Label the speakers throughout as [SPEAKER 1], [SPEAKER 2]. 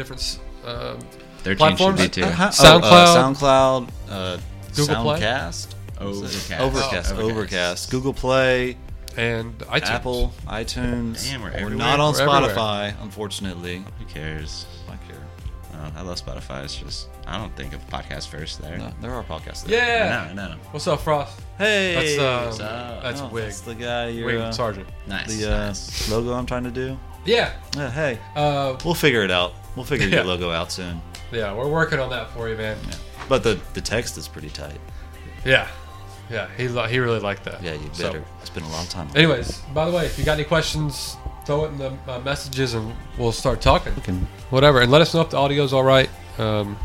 [SPEAKER 1] Um, uh,
[SPEAKER 2] Their
[SPEAKER 1] Platforms?
[SPEAKER 2] team should be too.
[SPEAKER 1] Uh,
[SPEAKER 2] Overcast.
[SPEAKER 1] SoundCloud.
[SPEAKER 3] Uh-huh. SoundCloud, uh,
[SPEAKER 1] Google Play?
[SPEAKER 3] Soundcast, Overcast,
[SPEAKER 2] Overcast.
[SPEAKER 3] Overcast,
[SPEAKER 2] Oh, Overcast.
[SPEAKER 3] Google Play,
[SPEAKER 1] and iTunes.
[SPEAKER 3] Apple, iTunes.
[SPEAKER 2] Damn, we're
[SPEAKER 3] we're
[SPEAKER 2] everywhere.
[SPEAKER 3] not on
[SPEAKER 1] We're everywhere.
[SPEAKER 3] Spotify, unfortunately.
[SPEAKER 2] Who cares?
[SPEAKER 3] I don't care.
[SPEAKER 2] Uh, I love Spotify. It's just I don't think of podcast first there.
[SPEAKER 3] No, there are podcasts. There.
[SPEAKER 1] Yeah.
[SPEAKER 2] I know. I know.
[SPEAKER 1] What's up, Frost?
[SPEAKER 3] Hey,
[SPEAKER 1] That's
[SPEAKER 3] what's
[SPEAKER 1] uh,
[SPEAKER 3] up?
[SPEAKER 2] up?
[SPEAKER 1] that's
[SPEAKER 3] Oh,
[SPEAKER 1] Wig.
[SPEAKER 3] That's the guy. You're,
[SPEAKER 1] Wig
[SPEAKER 3] uh,
[SPEAKER 1] Sergeant.
[SPEAKER 2] Nice.
[SPEAKER 3] The uh,
[SPEAKER 2] nice.
[SPEAKER 3] logo I'm trying to do.
[SPEAKER 1] Yeah.
[SPEAKER 3] Yeah, hey,
[SPEAKER 1] Uh,
[SPEAKER 3] we'll figure it out. We'll figure
[SPEAKER 1] Yeah.
[SPEAKER 3] your logo out soon.
[SPEAKER 1] yeah, we're working on that for you, man.
[SPEAKER 3] But the the text is pretty tight.
[SPEAKER 1] Yeah. Yeah, he li- he really liked that.
[SPEAKER 3] Yeah, you
[SPEAKER 1] So-
[SPEAKER 3] better. I spent a lot of time. on it.
[SPEAKER 1] anyways, by the way, if you got any questions, throw it in the uh, messages and we'll start talking.
[SPEAKER 3] Fucking-
[SPEAKER 1] Whatever, and let us know if the audio's all right. Um,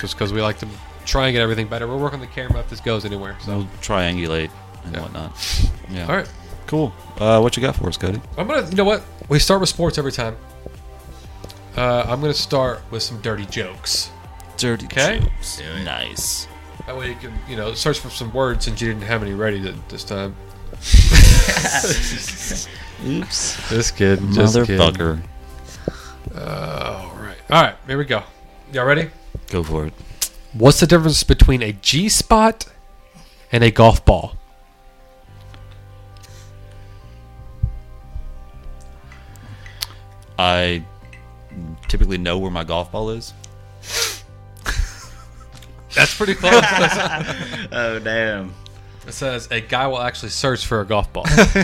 [SPEAKER 1] just because we like to try and get everything better. We're working the camera if this goes anywhere. So,
[SPEAKER 3] We'll triangulate and
[SPEAKER 1] Yeah.
[SPEAKER 3] whatnot. Yeah.
[SPEAKER 1] all right,
[SPEAKER 3] Cool. Uh, what you got for us, Cody?
[SPEAKER 1] I'm gonna. You know what? We start with sports every time. Uh, I'm gonna start with some dirty jokes.
[SPEAKER 3] Dirty.
[SPEAKER 1] Okay.
[SPEAKER 3] jokes.
[SPEAKER 2] Do it.
[SPEAKER 3] Nice.
[SPEAKER 1] That way you can, you know, search for some words since you didn't have any ready th- this time.
[SPEAKER 3] Oops.
[SPEAKER 1] This kid,
[SPEAKER 3] Motherfucker.
[SPEAKER 1] All right, all right. Here we go. Y'all ready?
[SPEAKER 3] Go for it.
[SPEAKER 1] What's the difference between a G spot and a golf ball?
[SPEAKER 3] I typically know where my golf ball is.
[SPEAKER 1] That's pretty close.
[SPEAKER 2] oh damn.
[SPEAKER 1] it says a guy will actually search for a golf ball. Let's be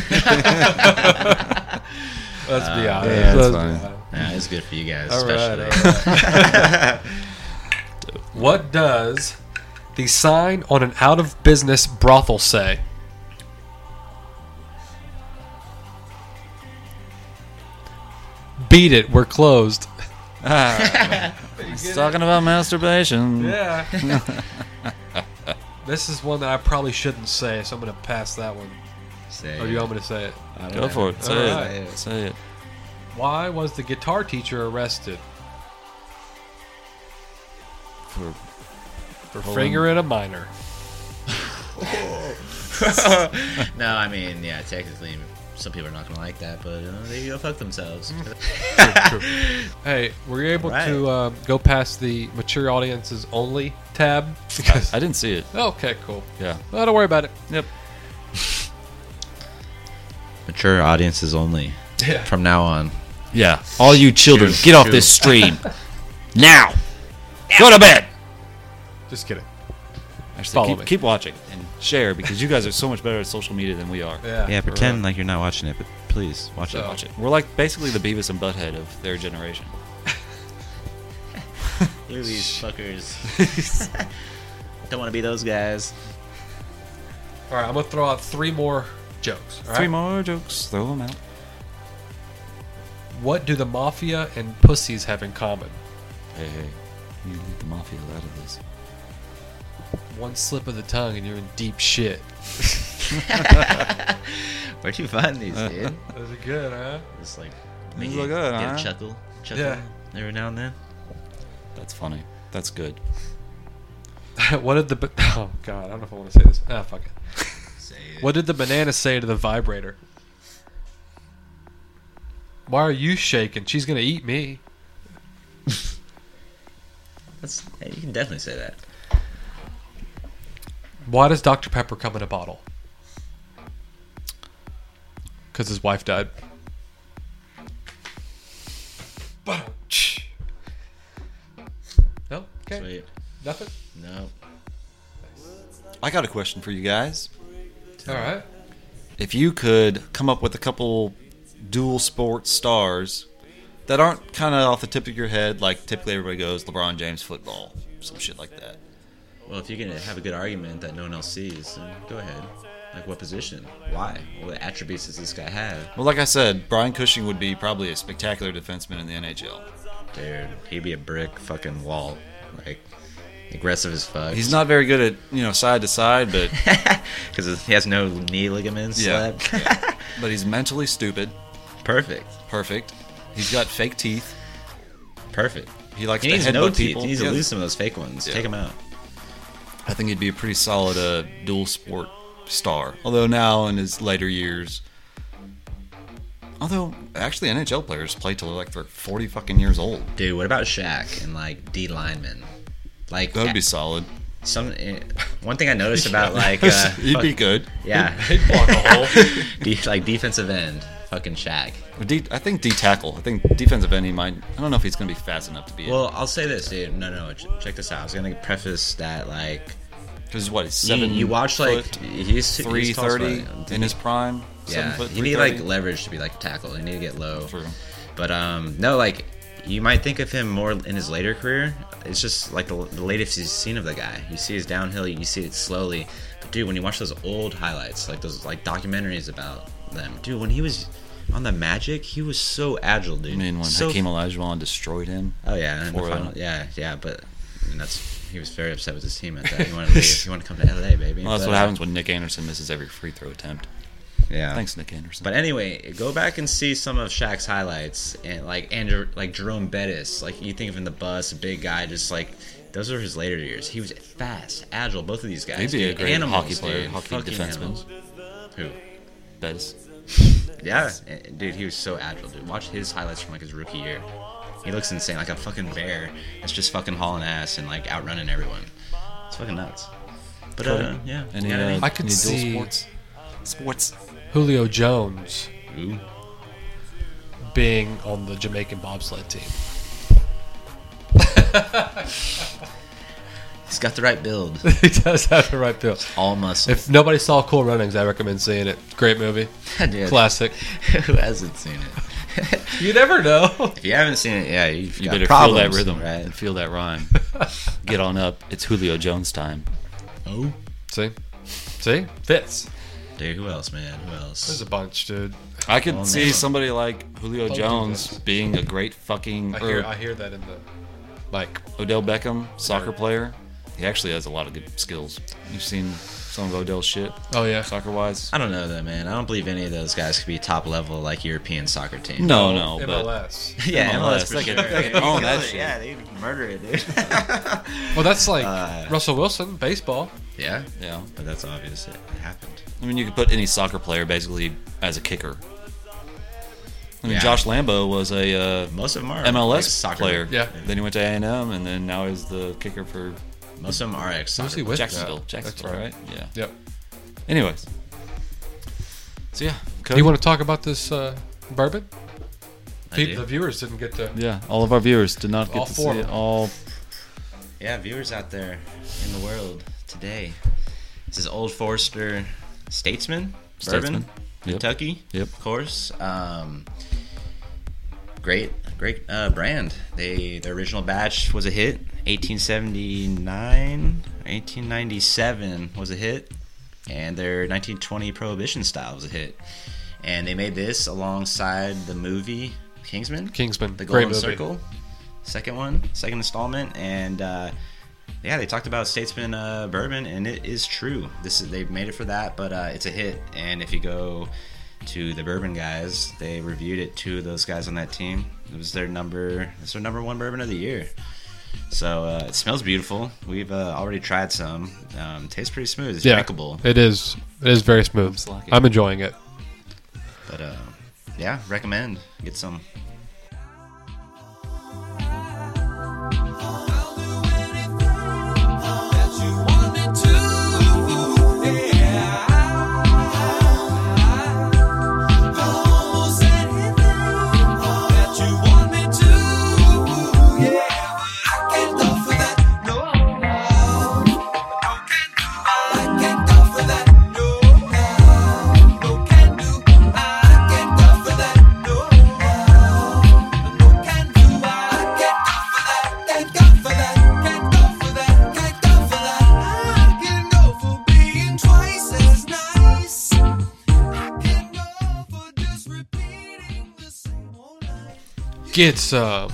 [SPEAKER 1] honest.
[SPEAKER 2] yeah,
[SPEAKER 1] Let's
[SPEAKER 2] that's
[SPEAKER 1] be
[SPEAKER 2] fine.
[SPEAKER 1] honest.
[SPEAKER 2] Yeah, it's good for you guys,
[SPEAKER 1] All right,
[SPEAKER 2] especially.
[SPEAKER 1] What does the sign on an out of business brothel say? Beat it, we're closed.
[SPEAKER 3] He's talking about masturbation.
[SPEAKER 1] Ah, Yeah. this is one that I probably shouldn't say, so I'm going to pass that one.
[SPEAKER 2] Say
[SPEAKER 1] Or do you want me to say it?
[SPEAKER 2] I don't
[SPEAKER 3] Go
[SPEAKER 2] know.
[SPEAKER 3] for it. Say
[SPEAKER 1] All
[SPEAKER 3] it.
[SPEAKER 2] right.
[SPEAKER 3] Say it.
[SPEAKER 1] Why was the guitar teacher arrested
[SPEAKER 3] For
[SPEAKER 1] for
[SPEAKER 3] Hold on.
[SPEAKER 1] fingering a minor?
[SPEAKER 2] no, I mean, yeah, technically, some people are not gonna like that, but uh, they go fuck themselves.
[SPEAKER 1] Hey, were you able
[SPEAKER 2] All right.
[SPEAKER 1] to uh, go past the mature audiences only tab? Because
[SPEAKER 3] I didn't see it.
[SPEAKER 1] okay, cool.
[SPEAKER 3] Yeah.
[SPEAKER 1] Well, don't worry about it.
[SPEAKER 3] Yep.
[SPEAKER 2] Mature audiences only.
[SPEAKER 1] Yeah.
[SPEAKER 2] From now on.
[SPEAKER 3] Yeah. All you children,
[SPEAKER 2] Shoot,
[SPEAKER 3] get off
[SPEAKER 2] shoot.
[SPEAKER 3] this stream now. Go to bed.
[SPEAKER 1] Just kidding. Follow
[SPEAKER 3] Actually,
[SPEAKER 1] me.
[SPEAKER 3] keep, keep watching and share because you guys are so much better at social media than we are.
[SPEAKER 1] Yeah.
[SPEAKER 2] Yeah, pretend like you're not watching it, but please watch
[SPEAKER 1] So-
[SPEAKER 2] it.
[SPEAKER 3] Watch it. We're like basically the Beavis and Butthead of their generation.
[SPEAKER 2] Look at these fuckers. Don't want to be those guys.
[SPEAKER 1] All right, I'm gonna throw out three more jokes. all right?
[SPEAKER 3] Three more jokes. Throw them out.
[SPEAKER 1] What do the mafia and pussies have in common?
[SPEAKER 3] Hey, hey. You leave the mafia out of this.
[SPEAKER 1] One slip of the tongue and you're in deep shit.
[SPEAKER 2] Where'd you find these, dude?
[SPEAKER 1] Those are good, huh?
[SPEAKER 2] Just like make
[SPEAKER 3] These look
[SPEAKER 2] you
[SPEAKER 3] good,
[SPEAKER 2] get
[SPEAKER 3] huh?
[SPEAKER 2] a chuckle, chuckle
[SPEAKER 1] Yeah.
[SPEAKER 2] every now and then.
[SPEAKER 3] That's funny. That's good.
[SPEAKER 1] what did the ba- oh god, I don't know if I want to say this. Ah, fuck it.
[SPEAKER 2] Say
[SPEAKER 1] What did the banana say to the vibrator? Why are you shaking? She's gonna eat me.
[SPEAKER 2] That's, hey, you can definitely say that.
[SPEAKER 1] Why does Dr Pepper come in a bottle? Because his wife died. No. Okay.
[SPEAKER 2] Sweet.
[SPEAKER 1] Nothing.
[SPEAKER 2] No.
[SPEAKER 3] I got a question for you guys.
[SPEAKER 1] All right.
[SPEAKER 3] If you could come up with a couple dual sports stars that aren't kind of off the tip of your head, like typically everybody goes LeBron James football, some shit like that.
[SPEAKER 2] Well, if you're gonna have a good argument that no one else sees, then go ahead. Like what position? Why? What attributes does this guy have?
[SPEAKER 3] Well, like I said, Brian Cushing would be probably a spectacular defenseman in the NHL.
[SPEAKER 2] Dude, he'd be a brick fucking wall. Like aggressive as fuck.
[SPEAKER 3] He's not very good at you know side to side, but
[SPEAKER 2] because he has no knee ligaments
[SPEAKER 3] Yeah.
[SPEAKER 2] left.
[SPEAKER 3] but he's mentally stupid.
[SPEAKER 2] Perfect.
[SPEAKER 3] Perfect. He's got fake teeth.
[SPEAKER 2] Perfect.
[SPEAKER 3] He likes
[SPEAKER 2] He
[SPEAKER 3] to
[SPEAKER 2] needs
[SPEAKER 3] headbutt
[SPEAKER 2] no teeth.
[SPEAKER 3] people.
[SPEAKER 2] He needs
[SPEAKER 3] Yeah.
[SPEAKER 2] to lose some of those fake ones.
[SPEAKER 3] Yeah.
[SPEAKER 2] Take them out.
[SPEAKER 3] I think he'd be a pretty solid uh, dual sport star. Although now in his later years, Although, actually, NHL players play till they're like they're 40 fucking years old.
[SPEAKER 2] Dude, what about Shaq and like D linemen? Like
[SPEAKER 3] That would be solid.
[SPEAKER 2] some eh, one thing I noticed about like uh,
[SPEAKER 3] He'd be
[SPEAKER 2] fuck-
[SPEAKER 3] good.
[SPEAKER 2] yeah,
[SPEAKER 1] He'd block a hole.
[SPEAKER 2] de- like defensive end, fucking Shaq.
[SPEAKER 3] D, I think D tackle. I think defensive end. He might. I don't know if he's going to be fast enough to be.
[SPEAKER 2] Well, I'll say this, dude. No, no, ch- check this out. I was gonna preface that like
[SPEAKER 3] because what he's
[SPEAKER 2] you,
[SPEAKER 3] seven.
[SPEAKER 2] you watch like
[SPEAKER 3] foot,
[SPEAKER 2] he's
[SPEAKER 3] three
[SPEAKER 2] he's tall as
[SPEAKER 3] thirty
[SPEAKER 2] fuck.
[SPEAKER 3] in his prime. seven
[SPEAKER 2] Yeah,
[SPEAKER 3] foot,
[SPEAKER 2] you need like
[SPEAKER 3] 330.
[SPEAKER 2] leverage to be like a tackle. You need to get low.
[SPEAKER 3] True.
[SPEAKER 2] But um, no, like you might think of him more in his later career. It's just like the, the latest you've seen of the guy. You see his downhill. You see it slowly. But dude, when you watch those old highlights, like those like documentaries about them, dude, when he was on the Magic, he was so agile, dude.
[SPEAKER 3] I mean, when
[SPEAKER 2] so
[SPEAKER 3] Hakeem Olajuwon destroyed him.
[SPEAKER 2] Oh yeah, in the
[SPEAKER 3] 4-0.
[SPEAKER 2] final, yeah, yeah, but and that's he was very upset with his team at that. He wanted to leave. He wanted to come to LA, baby.
[SPEAKER 3] Well, that's
[SPEAKER 2] But,
[SPEAKER 3] what
[SPEAKER 2] uh,
[SPEAKER 3] happens when Nick Anderson misses every free throw attempt.
[SPEAKER 2] Yeah.
[SPEAKER 3] Thanks, Nick Anderson.
[SPEAKER 2] Oh. But anyway, go back and see some of Shaq's highlights and like Andrew, like Jerome Bettis, like you think of him in the bus, a big guy, just like those are his later years. He was fast, agile. Both of these guys.
[SPEAKER 3] He'd be a
[SPEAKER 2] dude.
[SPEAKER 3] great
[SPEAKER 2] Animals,
[SPEAKER 3] hockey player,
[SPEAKER 2] dude.
[SPEAKER 3] hockey
[SPEAKER 2] Fucking
[SPEAKER 3] defenseman.
[SPEAKER 2] animals. Who?
[SPEAKER 3] Bettis.
[SPEAKER 2] Yeah, eh, dude, he was so agile, dude. Watch his highlights from like his rookie year. He looks insane, like a fucking bear that's just fucking hauling ass and like outrunning everyone. It's fucking nuts. But uh, yeah,
[SPEAKER 3] Any,
[SPEAKER 2] you got
[SPEAKER 3] uh,
[SPEAKER 2] any-
[SPEAKER 1] I could
[SPEAKER 3] any dual
[SPEAKER 1] see-
[SPEAKER 3] sports. Sports.
[SPEAKER 1] Julio Jones
[SPEAKER 2] Ooh.
[SPEAKER 1] being on the Jamaican bobsled team.
[SPEAKER 2] he's got the right build,
[SPEAKER 1] he does have the right feel.
[SPEAKER 2] all muscle.
[SPEAKER 1] If nobody saw Cool Runnings, I recommend seeing it. Great movie,
[SPEAKER 2] Dude,
[SPEAKER 1] classic.
[SPEAKER 2] Who hasn't seen it?
[SPEAKER 1] You never know.
[SPEAKER 2] if you haven't seen it, yeah, you've
[SPEAKER 3] You
[SPEAKER 2] got
[SPEAKER 3] better
[SPEAKER 2] problems,
[SPEAKER 3] feel that rhythm
[SPEAKER 2] right?
[SPEAKER 3] and feel that rhyme. Get on up. It's Julio Jones time.
[SPEAKER 2] Oh,
[SPEAKER 1] See, see, fits.
[SPEAKER 2] dude, who else, man? Who
[SPEAKER 1] There's
[SPEAKER 2] else?
[SPEAKER 1] a bunch, dude.
[SPEAKER 3] I could
[SPEAKER 2] Well,
[SPEAKER 3] see
[SPEAKER 2] man.
[SPEAKER 3] somebody like Julio
[SPEAKER 1] Don't do
[SPEAKER 3] Jones
[SPEAKER 1] this.
[SPEAKER 3] being a great fucking
[SPEAKER 1] I
[SPEAKER 3] or
[SPEAKER 1] hear, I hear that in the like.
[SPEAKER 3] Odell Beckham soccer player. He actually has a lot of good skills. You've seen some of Odell's shit
[SPEAKER 1] Oh yeah,
[SPEAKER 3] soccer wise.
[SPEAKER 2] I don't know though, man. I don't believe any of those guys could be top level like European soccer team.
[SPEAKER 3] No, no, but
[SPEAKER 1] MLS.
[SPEAKER 2] yeah, MLS,
[SPEAKER 3] MLS,
[SPEAKER 2] for
[SPEAKER 3] they
[SPEAKER 2] sure.
[SPEAKER 3] could- they could own that shit.
[SPEAKER 2] Yeah, they could murder it, dude.
[SPEAKER 1] Well, that's like
[SPEAKER 2] Uh,
[SPEAKER 1] Russell Wilson baseball.
[SPEAKER 2] yeah,
[SPEAKER 3] yeah.
[SPEAKER 2] but that's obvious. It happened.
[SPEAKER 3] I mean, you could put any soccer player basically as a kicker. I mean,
[SPEAKER 2] Yeah.
[SPEAKER 3] Josh Lambo was a uh,
[SPEAKER 2] Most of them are
[SPEAKER 3] MLS
[SPEAKER 2] like, soccer.
[SPEAKER 3] player.
[SPEAKER 1] Yeah.
[SPEAKER 3] Then he went to A and M, and then now he's the kicker for
[SPEAKER 2] Most of them are ex
[SPEAKER 1] Who's he
[SPEAKER 2] soccer.
[SPEAKER 1] with?
[SPEAKER 3] Jacksonville.
[SPEAKER 1] Yeah,
[SPEAKER 3] Jacksonville,
[SPEAKER 1] that's
[SPEAKER 3] right. Yeah.
[SPEAKER 1] Yep.
[SPEAKER 3] Anyways. So yeah, Cody.
[SPEAKER 1] You want to talk about this uh, bourbon?
[SPEAKER 2] I
[SPEAKER 1] Pe-
[SPEAKER 2] do.
[SPEAKER 1] the viewers didn't get to.
[SPEAKER 3] yeah, all of our viewers did not get
[SPEAKER 1] All
[SPEAKER 3] to
[SPEAKER 1] four
[SPEAKER 3] see
[SPEAKER 1] of
[SPEAKER 3] it
[SPEAKER 1] them.
[SPEAKER 3] all.
[SPEAKER 2] Yeah, viewers out there in the world today. This is Old Forester Statesman,
[SPEAKER 3] Statesman.
[SPEAKER 2] Bourbon,
[SPEAKER 3] Yep.
[SPEAKER 2] Kentucky.
[SPEAKER 3] Yep.
[SPEAKER 2] Of course. Um, great, great uh, brand. They the original batch was a hit. 1879, 1897 was a hit, and their 1920 Prohibition style was a hit. And they made this alongside the movie Kingsman.
[SPEAKER 1] Kingsman,
[SPEAKER 2] The
[SPEAKER 1] great
[SPEAKER 2] Golden
[SPEAKER 1] movie.
[SPEAKER 2] Circle, second one, second installment, and uh, yeah, they talked about Statesman uh, bourbon, and it is true. This is, they've made it for that, but uh, it's a hit. And if you go to the bourbon guys, they reviewed it. Two of those guys on that team, it was their number, it's their number one bourbon of the year. So uh, it smells beautiful. We've uh, already tried some. Um, tastes pretty smooth. It's drinkable.
[SPEAKER 1] it is. It is very smooth.
[SPEAKER 3] slacking.
[SPEAKER 1] I'm enjoying it.
[SPEAKER 2] But uh, yeah, recommend get some.
[SPEAKER 1] Get some.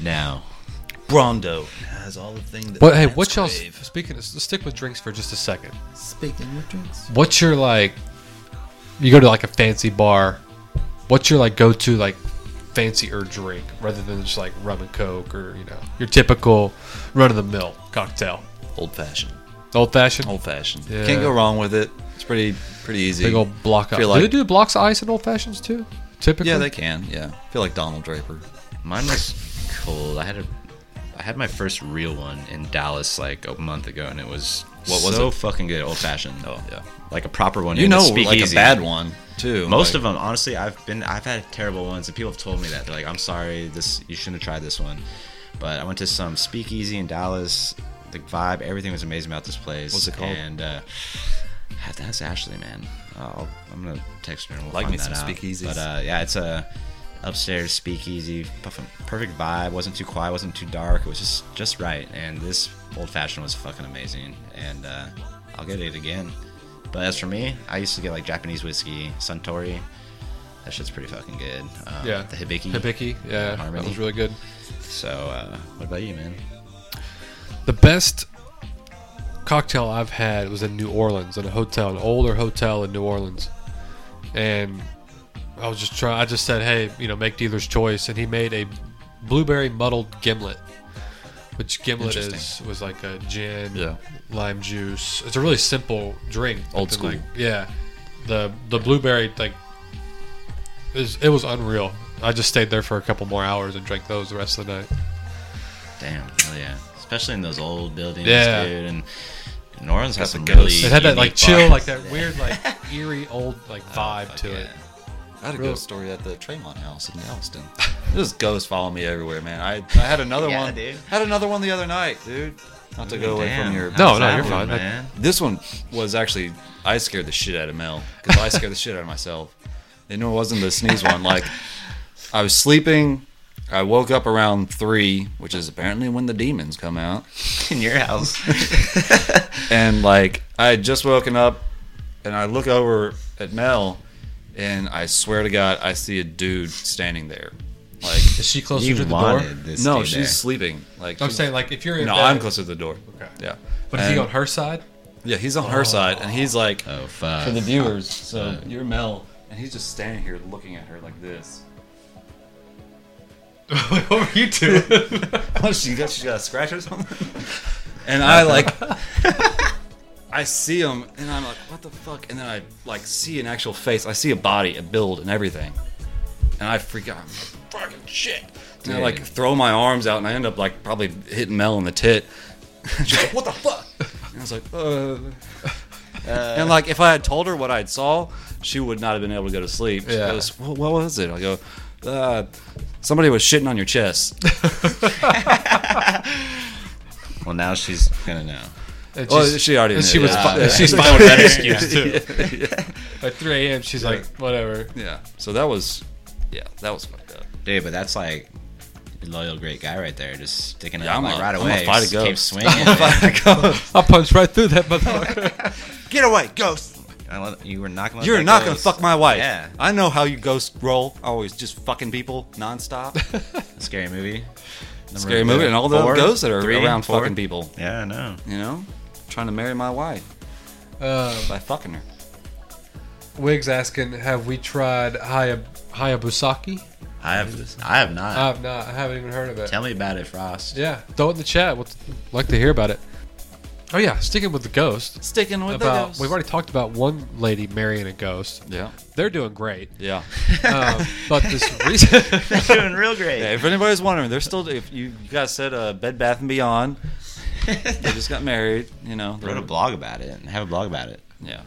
[SPEAKER 2] Now,
[SPEAKER 3] Brondo has all the thing that.
[SPEAKER 1] But hey, what y'all speaking? Of, let's stick with drinks for just a second.
[SPEAKER 3] Speaking with drinks.
[SPEAKER 1] What's your like? You go to like a fancy bar. What's your like go-to like fancier drink rather than just like rum and coke or you know your typical run-of-the-mill cocktail?
[SPEAKER 3] Old fashioned.
[SPEAKER 1] Old fashioned.
[SPEAKER 3] Old fashioned.
[SPEAKER 1] Yeah.
[SPEAKER 3] Can't go wrong with it.
[SPEAKER 1] It's
[SPEAKER 3] It's pretty pretty easy.
[SPEAKER 1] Big old block of
[SPEAKER 3] Feel
[SPEAKER 1] do
[SPEAKER 3] like-
[SPEAKER 1] they do blocks of ice in old fashions too? Typically,
[SPEAKER 3] Yeah, they can. Yeah, I feel like Donald Draper.
[SPEAKER 2] Mine was cold. I had a, I had my first real one in Dallas like a month ago, and it was
[SPEAKER 3] What was
[SPEAKER 2] so
[SPEAKER 3] it?
[SPEAKER 2] fucking good, old fashioned. Oh
[SPEAKER 3] yeah.
[SPEAKER 2] like a proper one.
[SPEAKER 3] You
[SPEAKER 2] in the
[SPEAKER 3] know, like a
[SPEAKER 2] speakeasy.
[SPEAKER 3] bad one too.
[SPEAKER 2] Most
[SPEAKER 3] like,
[SPEAKER 2] of them, honestly, I've been I've had terrible ones, and people have told me that they're like, "I'm sorry, this you shouldn't have tried this one." But I went to some speakeasy in Dallas. The vibe, everything was amazing about this place.
[SPEAKER 3] What's it called?
[SPEAKER 2] And uh, that's Ashley, man. I'll, I'm gonna text her and we'll
[SPEAKER 3] Like
[SPEAKER 2] find
[SPEAKER 3] me
[SPEAKER 2] that
[SPEAKER 3] some
[SPEAKER 2] out.
[SPEAKER 3] speakeasies.
[SPEAKER 2] But uh, yeah, it's a upstairs speakeasy, puff- perfect vibe. wasn't too quiet, wasn't too dark. It was just just right. And this old fashioned was fucking amazing. And uh, I'll get it again. But as for me, I used to get like Japanese whiskey, Suntory. That shit's pretty fucking good. Um,
[SPEAKER 1] yeah,
[SPEAKER 2] The Hibiki.
[SPEAKER 1] Hibiki, yeah,
[SPEAKER 2] Harmony.
[SPEAKER 1] that was really good.
[SPEAKER 2] So, uh, what about you, man?
[SPEAKER 1] The best cocktail I've had was in New Orleans in a hotel, an older hotel in New Orleans, and I was just trying. I just said, "Hey, you know, make dealer's choice," and he made a blueberry muddled gimlet, which gimlet is
[SPEAKER 2] Interesting.
[SPEAKER 1] was like a gin,
[SPEAKER 3] Yeah.
[SPEAKER 1] lime juice. It's a really simple drink, but
[SPEAKER 3] Old
[SPEAKER 1] then,
[SPEAKER 3] school.
[SPEAKER 1] Like, yeah, the the blueberry like is it was unreal. I just stayed there for a couple more hours and drank those the rest of the night.
[SPEAKER 2] Damn, hell yeah. Especially in those old buildings,
[SPEAKER 1] Yeah.
[SPEAKER 2] dude. And New Orleans has
[SPEAKER 3] Got
[SPEAKER 2] some
[SPEAKER 3] the
[SPEAKER 2] really.
[SPEAKER 3] ghosts.
[SPEAKER 1] It had that like
[SPEAKER 2] unique
[SPEAKER 1] chill,
[SPEAKER 2] bars.
[SPEAKER 1] like that weird, like eerie old like
[SPEAKER 3] Oh,
[SPEAKER 1] vibe
[SPEAKER 2] Fuck
[SPEAKER 1] to
[SPEAKER 2] yeah.
[SPEAKER 1] it.
[SPEAKER 3] I had a
[SPEAKER 1] Really?
[SPEAKER 3] ghost story at the Tremont House in Galveston. This ghost follow me everywhere, man. I, I had another
[SPEAKER 2] Yeah,
[SPEAKER 3] one.
[SPEAKER 2] dude.
[SPEAKER 3] Had another one the other night, dude. Not to go away
[SPEAKER 2] Damn,
[SPEAKER 3] from your.
[SPEAKER 2] how's
[SPEAKER 1] No, no,
[SPEAKER 2] that
[SPEAKER 1] you're
[SPEAKER 2] one,
[SPEAKER 1] fine. That-
[SPEAKER 2] man.
[SPEAKER 3] This one was actually I scared the shit out of Mel because I scared the shit out of myself. And it wasn't the sneeze one. Like I was sleeping. I woke up around three, which is apparently when the demons come out.
[SPEAKER 2] In your house.
[SPEAKER 3] And like I had just woken up, and I look over at Mel, and I swear to God, I see a dude standing there. Like
[SPEAKER 1] Is she closer
[SPEAKER 2] You
[SPEAKER 1] to the door?
[SPEAKER 2] wanted this
[SPEAKER 3] no,
[SPEAKER 2] dude
[SPEAKER 3] she's
[SPEAKER 2] there.
[SPEAKER 3] sleeping. Like
[SPEAKER 1] I'm
[SPEAKER 3] she-
[SPEAKER 1] saying like if you're in
[SPEAKER 3] no,
[SPEAKER 1] bed-
[SPEAKER 3] I'm closer to the door.
[SPEAKER 1] Okay.
[SPEAKER 3] Yeah,
[SPEAKER 1] But is he
[SPEAKER 3] And-
[SPEAKER 1] on her side?
[SPEAKER 3] Yeah, he's on her side, and he's like
[SPEAKER 2] Oh, fuck.
[SPEAKER 3] for the viewers. So
[SPEAKER 2] Uh,
[SPEAKER 3] you're Mel, and he's just standing here looking at her like this.
[SPEAKER 1] what were you doing?
[SPEAKER 3] Oh, she got she got a scratch or something. And I like, I see him, and I'm like, what the fuck? And then I like see an actual face. I see a body, a build, and everything, and I freak out. I'm like, fucking shit. And I like
[SPEAKER 2] Dude.
[SPEAKER 3] throw my arms out, and I end up like probably hitting Mel in the tit. She's like, what the fuck? Uh. And I was like, uh. And like, if I had told her what I would saw, she would not have been able to go to sleep. She
[SPEAKER 1] Yeah.
[SPEAKER 3] goes, "Wh- what was it? I go, uh, somebody was shitting on your chest.
[SPEAKER 2] Well, now she's gonna know.
[SPEAKER 1] And
[SPEAKER 3] Well,
[SPEAKER 1] she's-
[SPEAKER 3] she already
[SPEAKER 1] and
[SPEAKER 3] knew
[SPEAKER 1] she was
[SPEAKER 3] that.
[SPEAKER 1] fi-
[SPEAKER 3] Yeah.
[SPEAKER 1] she's fine with that excuse too. At 3 a.m., she's like, whatever.
[SPEAKER 3] Yeah. So that was, yeah, that was fucked up.
[SPEAKER 2] Dude, but that's like a loyal, great guy right there, just sticking it
[SPEAKER 3] Yeah,
[SPEAKER 2] out
[SPEAKER 3] I'm
[SPEAKER 2] like,
[SPEAKER 3] a-
[SPEAKER 2] right
[SPEAKER 3] I'm a
[SPEAKER 2] away.
[SPEAKER 3] fight a
[SPEAKER 2] just
[SPEAKER 3] ghost.
[SPEAKER 2] Keep swinging. man.
[SPEAKER 1] I punched right through that motherfucker.
[SPEAKER 3] Get away, ghost.
[SPEAKER 2] I love- you were not gonna. let
[SPEAKER 3] You're
[SPEAKER 2] that
[SPEAKER 3] not
[SPEAKER 2] go.
[SPEAKER 3] gonna fuck my wife.
[SPEAKER 2] Yeah,
[SPEAKER 3] I know how you ghost roll. Always just fucking people nonstop.
[SPEAKER 2] scary movie. Number
[SPEAKER 3] Scary movie and all the
[SPEAKER 2] four,
[SPEAKER 3] ghosts that are
[SPEAKER 2] three,
[SPEAKER 3] around
[SPEAKER 2] four.
[SPEAKER 3] fucking people.
[SPEAKER 2] Yeah, I know.
[SPEAKER 3] You know, trying to marry my wife
[SPEAKER 1] Um,
[SPEAKER 3] by fucking her.
[SPEAKER 1] Wig's asking, have we tried Hayab- Hayabusaki?
[SPEAKER 2] I have. I have not.
[SPEAKER 3] Uh,
[SPEAKER 1] I have not. I haven't even heard of it.
[SPEAKER 2] Tell me about it, Frost.
[SPEAKER 1] Yeah, throw it in the chat. We'd like to hear about it. Oh, yeah, sticking with the ghost.
[SPEAKER 3] Sticking with
[SPEAKER 1] about we've already talked about one lady marrying a ghost.
[SPEAKER 3] Yeah.
[SPEAKER 1] They're doing great,
[SPEAKER 3] Yeah.
[SPEAKER 1] um, but this recent
[SPEAKER 2] doing real great.
[SPEAKER 3] yeah. If anybody's wondering, they're still. If you, you guys said uh, Bed Bath and Beyond, they just got married. You know.
[SPEAKER 2] Wrote a blog about it and have a blog about it.
[SPEAKER 3] Yeah.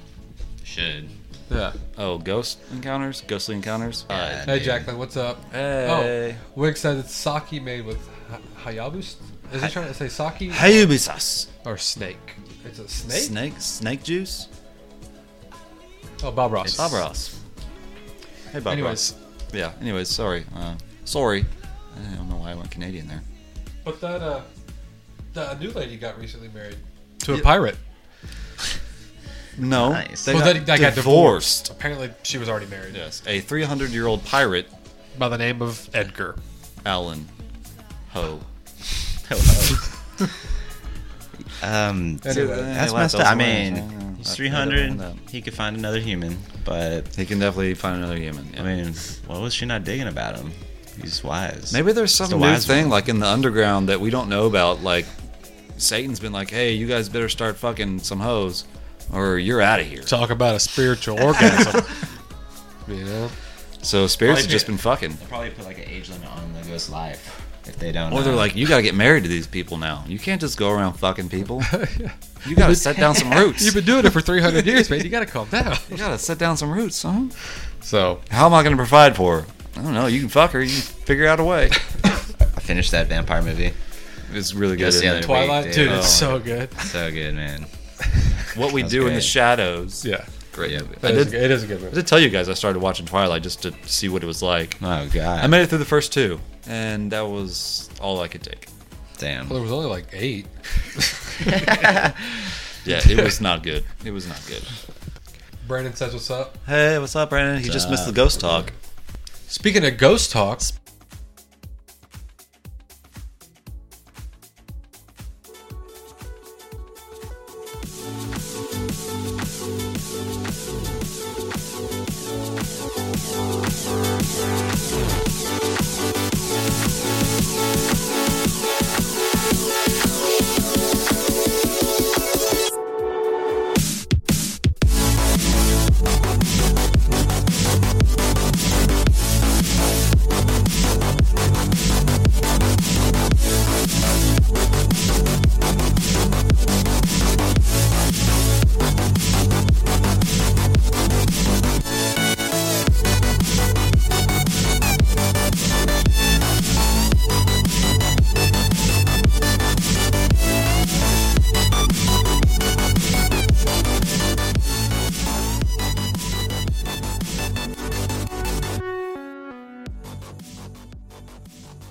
[SPEAKER 2] Should.
[SPEAKER 1] yeah.
[SPEAKER 3] Oh, ghost encounters, ghostly encounters.
[SPEAKER 2] Yeah.
[SPEAKER 1] Hey
[SPEAKER 2] Dude.
[SPEAKER 1] Jacqueline, what's up?
[SPEAKER 3] Hey.
[SPEAKER 1] Oh, Wig said it's sake made with ha- hayabus. Is he trying to say sake
[SPEAKER 3] Hayubisas.
[SPEAKER 1] or snake? It's a snake.
[SPEAKER 3] Uh, Snake, snake juice.
[SPEAKER 1] Oh, Bob Ross.
[SPEAKER 3] Bob Ross. Hey, Bob
[SPEAKER 1] Anyways,
[SPEAKER 3] Ross. Yeah. Anyways, sorry. Uh, sorry. I don't know why I went Canadian there.
[SPEAKER 1] but that uh, the new lady got recently married to a
[SPEAKER 3] Yeah.
[SPEAKER 1] pirate.
[SPEAKER 3] No.
[SPEAKER 2] Nice.
[SPEAKER 3] They,
[SPEAKER 1] Well,
[SPEAKER 3] got,
[SPEAKER 1] they- they got
[SPEAKER 3] divorced.
[SPEAKER 1] divorced. Apparently, she was already married.
[SPEAKER 3] Yes. A 300 year old pirate,
[SPEAKER 1] By the name of Edgar.
[SPEAKER 3] Alan Ho.
[SPEAKER 2] um,
[SPEAKER 1] Anyway.
[SPEAKER 2] dude,
[SPEAKER 1] They
[SPEAKER 2] that's
[SPEAKER 3] left
[SPEAKER 2] messed
[SPEAKER 3] those
[SPEAKER 2] up. I
[SPEAKER 3] words.
[SPEAKER 2] mean,
[SPEAKER 3] I don't know.
[SPEAKER 2] he's
[SPEAKER 3] I- I
[SPEAKER 2] 300.
[SPEAKER 3] don't know.
[SPEAKER 2] He could find another human, but
[SPEAKER 3] He can definitely find another human.
[SPEAKER 2] I mean, what was she not digging about him? He's wise.
[SPEAKER 3] Maybe there's some
[SPEAKER 2] It's the
[SPEAKER 3] new
[SPEAKER 2] wise
[SPEAKER 3] thing
[SPEAKER 2] one.
[SPEAKER 3] like in the underground that we don't know about. Like Satan's been like, "Hey, you guys better start fucking some hoes," or you're out of here.
[SPEAKER 1] Talk about a spiritual orgasm. you know?
[SPEAKER 3] So spirits have
[SPEAKER 2] Probably-
[SPEAKER 3] just been fucking.
[SPEAKER 2] They'll probably put like an age limit on the ghost life if they don't.
[SPEAKER 3] Or they're
[SPEAKER 2] uh,
[SPEAKER 3] like, you got to get married to these people now. You can't just go around fucking people. You got to set down some roots.
[SPEAKER 1] You've been doing it for 300 years, man. You got to calm down.
[SPEAKER 3] You gotta set down some roots, huh?
[SPEAKER 1] So,
[SPEAKER 3] How am I gonna provide for her? I don't know. You can fuck her. You can figure out a way.
[SPEAKER 2] I finished that vampire movie.
[SPEAKER 3] It's really
[SPEAKER 2] Yes,
[SPEAKER 3] good. isn't
[SPEAKER 2] yeah,
[SPEAKER 3] it?
[SPEAKER 2] Wait,
[SPEAKER 1] Twilight,
[SPEAKER 2] dude.
[SPEAKER 1] dude,
[SPEAKER 2] Oh.
[SPEAKER 1] it's so good.
[SPEAKER 2] So good, man.
[SPEAKER 3] What we
[SPEAKER 2] That's
[SPEAKER 3] do in the
[SPEAKER 2] great.
[SPEAKER 3] shadows.
[SPEAKER 1] Yeah.
[SPEAKER 3] Great.
[SPEAKER 2] Yeah.
[SPEAKER 3] I
[SPEAKER 1] It is,
[SPEAKER 3] did,
[SPEAKER 1] it is a good
[SPEAKER 3] I
[SPEAKER 1] movie.
[SPEAKER 3] did tell you guys I started watching Twilight just to see what it was like.
[SPEAKER 2] Oh god.
[SPEAKER 3] I made it through the first two, and that was all I could take.
[SPEAKER 2] Damn.
[SPEAKER 1] Well, there was only like eight.
[SPEAKER 3] Yeah, it was not good. It was not good.
[SPEAKER 1] Brandon says, What's up?
[SPEAKER 3] Hey, what's up, Brandon? He just missed the ghost talk.
[SPEAKER 1] Speaking of ghost talks,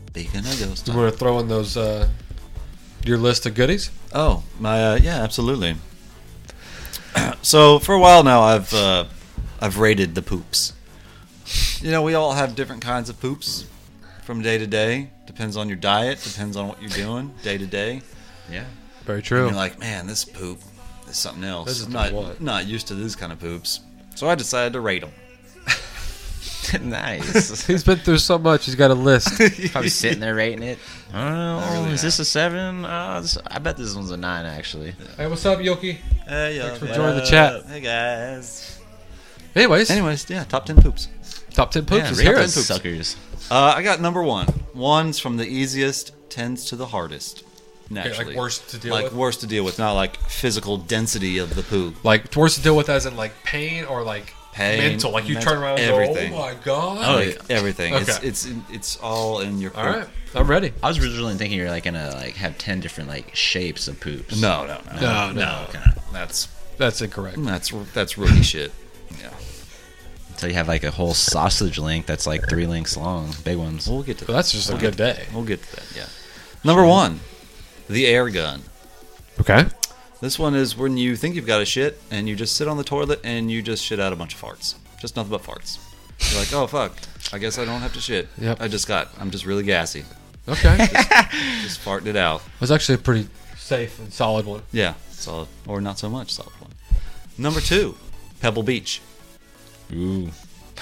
[SPEAKER 3] Speaking of ghost
[SPEAKER 1] do
[SPEAKER 3] talk.
[SPEAKER 1] you want to throw in those, uh, your list of goodies?
[SPEAKER 3] Oh, my uh, yeah, absolutely. so for a while now, I've uh, I've rated the poops. You know, we all have different kinds of poops from day to day. Depends on your diet. Depends on what you're doing day to day.
[SPEAKER 2] yeah.
[SPEAKER 1] Very
[SPEAKER 3] And
[SPEAKER 1] true.
[SPEAKER 3] You're like, man, this poop is something else.
[SPEAKER 1] This is
[SPEAKER 3] I'm
[SPEAKER 1] the
[SPEAKER 3] not
[SPEAKER 1] one."
[SPEAKER 3] not used to these kind of poops. So I decided to rate them.
[SPEAKER 2] nice.
[SPEAKER 1] He's been through so much, he's got a list.
[SPEAKER 2] Probably sitting there rating it. I don't know.
[SPEAKER 3] Not really
[SPEAKER 2] is this a seven? Uh, this, I bet this one's a nine actually.
[SPEAKER 1] hey, what's up, Yoki?
[SPEAKER 3] Hey, uh,
[SPEAKER 1] Thanks for joining the chat.
[SPEAKER 3] Hey guys.
[SPEAKER 1] Anyways,
[SPEAKER 3] Anyways, yeah, top ten poops.
[SPEAKER 1] top 10 poops
[SPEAKER 2] Yeah,
[SPEAKER 1] is
[SPEAKER 2] rate
[SPEAKER 1] here.
[SPEAKER 2] those suckers.
[SPEAKER 3] Uh, I got number one. One's from the easiest, tends to the hardest. Naturally.
[SPEAKER 1] worst to deal
[SPEAKER 3] Like
[SPEAKER 1] with?
[SPEAKER 3] worst to deal with, not like physical density of the poop.
[SPEAKER 1] Like, worse to deal with as in like pain or like
[SPEAKER 3] Pain,
[SPEAKER 1] mental. Like, you
[SPEAKER 3] mental,
[SPEAKER 1] turn around and
[SPEAKER 3] everything.
[SPEAKER 1] go, oh my God.
[SPEAKER 3] Like everything. It's
[SPEAKER 1] Okay.
[SPEAKER 3] it's in- it's all in your poop.
[SPEAKER 1] All right, I'm ready.
[SPEAKER 2] I was originally thinking you're like gonna like have ten different like shapes of poops. Oh,
[SPEAKER 3] No, no, no.
[SPEAKER 1] No,
[SPEAKER 2] okay.
[SPEAKER 3] That's
[SPEAKER 1] That's incorrect.
[SPEAKER 3] that's that's really shit. Yeah.
[SPEAKER 2] Until you have like a whole sausage link that's like three links long, big ones.
[SPEAKER 3] We'll get to
[SPEAKER 1] But
[SPEAKER 3] that.
[SPEAKER 1] that's just a good day.
[SPEAKER 3] We'll get to that, yeah. Number one, the air gun.
[SPEAKER 1] Okay.
[SPEAKER 3] This one is when you think you've got a shit and you just sit on the toilet and you just shit out a bunch of farts. Just nothing but farts. You're like, oh fuck, I guess I don't have to shit.
[SPEAKER 1] Yep.
[SPEAKER 3] I just got, I'm just really gassy.
[SPEAKER 1] Okay.
[SPEAKER 3] Just farted it out.
[SPEAKER 1] It was actually a pretty safe and solid one.
[SPEAKER 3] Yeah, solid. Or not so much solid one. Number two, Pebble Beach.
[SPEAKER 2] Ooh.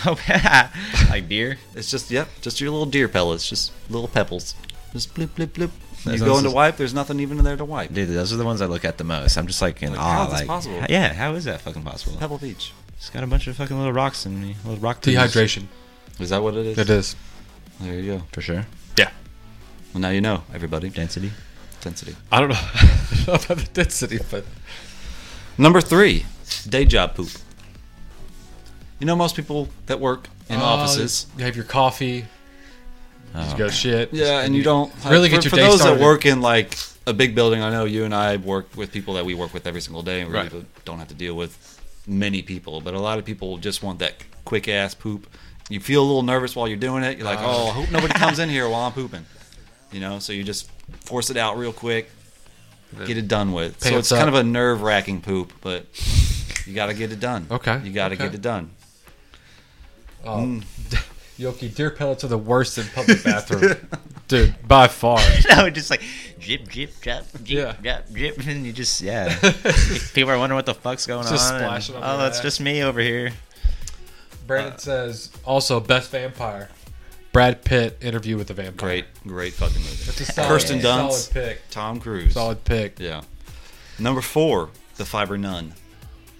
[SPEAKER 2] Oh yeah. like beer.
[SPEAKER 3] It's just, yep, just your little deer pellets, just little pebbles. Just blip, blip, blip.
[SPEAKER 2] That
[SPEAKER 3] you
[SPEAKER 2] sounds
[SPEAKER 3] go in to
[SPEAKER 2] just-
[SPEAKER 3] wipe, there's nothing even there to wipe.
[SPEAKER 2] Dude, those are the ones I look at the most. I'm just like in
[SPEAKER 3] Like,
[SPEAKER 2] awe.
[SPEAKER 3] how is this
[SPEAKER 2] like,
[SPEAKER 3] possible?
[SPEAKER 2] h- Yeah, how is that fucking possible?
[SPEAKER 3] Pebble Beach.
[SPEAKER 2] It's got a bunch of fucking little rocks in me. Little rock poops.
[SPEAKER 1] Dehydration.
[SPEAKER 3] Is that what it is?
[SPEAKER 1] It is.
[SPEAKER 3] There you go.
[SPEAKER 2] for sure.
[SPEAKER 1] Yeah.
[SPEAKER 3] Well, now you know, everybody.
[SPEAKER 2] Density.
[SPEAKER 3] Density.
[SPEAKER 1] I don't know I don't know about the density, but
[SPEAKER 3] Number three, day job poop. You know, most people that work in
[SPEAKER 1] Oh,
[SPEAKER 3] offices.
[SPEAKER 1] You have your coffee. You just
[SPEAKER 2] Oh.
[SPEAKER 1] go shit.
[SPEAKER 3] Yeah, and you don't like,
[SPEAKER 1] Really
[SPEAKER 3] for,
[SPEAKER 1] get your
[SPEAKER 3] for
[SPEAKER 1] day
[SPEAKER 3] those
[SPEAKER 1] started.
[SPEAKER 3] that work in like a big building. I know you and I work with people that we work with every single day, and we
[SPEAKER 1] Right.
[SPEAKER 3] really don't have to deal with many people. But a lot of people just want that quick ass poop. You feel a little nervous while you're doing it. You're like, oh, I hope nobody comes in here while I'm pooping. You know, so you just force it out real quick, get it done with. So
[SPEAKER 1] Pants
[SPEAKER 3] it's kind
[SPEAKER 1] up.
[SPEAKER 3] of a nerve wracking poop, but you got to get it done.
[SPEAKER 1] Okay,
[SPEAKER 3] you got to
[SPEAKER 1] okay.
[SPEAKER 3] get it done.
[SPEAKER 1] Um, Yoki, deer pellets are the worst in public bathroom. Dude, by far.
[SPEAKER 2] no, just like drip, drip, drop, drip,
[SPEAKER 1] Yeah.
[SPEAKER 2] drop, drip, and you just yeah. People are wondering what the fuck's going
[SPEAKER 1] Just
[SPEAKER 2] on.
[SPEAKER 1] splash
[SPEAKER 2] and,
[SPEAKER 1] it on
[SPEAKER 2] oh,
[SPEAKER 1] your
[SPEAKER 2] it's
[SPEAKER 1] ass."
[SPEAKER 2] just me over here.
[SPEAKER 1] Brandon
[SPEAKER 3] Uh,
[SPEAKER 1] says also best vampire. Brad Pitt interview with the vampire.
[SPEAKER 3] Great, great fucking movie.
[SPEAKER 1] It's a solid,
[SPEAKER 3] Kirsten
[SPEAKER 1] solid
[SPEAKER 3] Dunst.
[SPEAKER 1] pick.
[SPEAKER 3] Tom Cruise.
[SPEAKER 1] Solid pick.
[SPEAKER 3] Yeah. Number four, the fiber nun.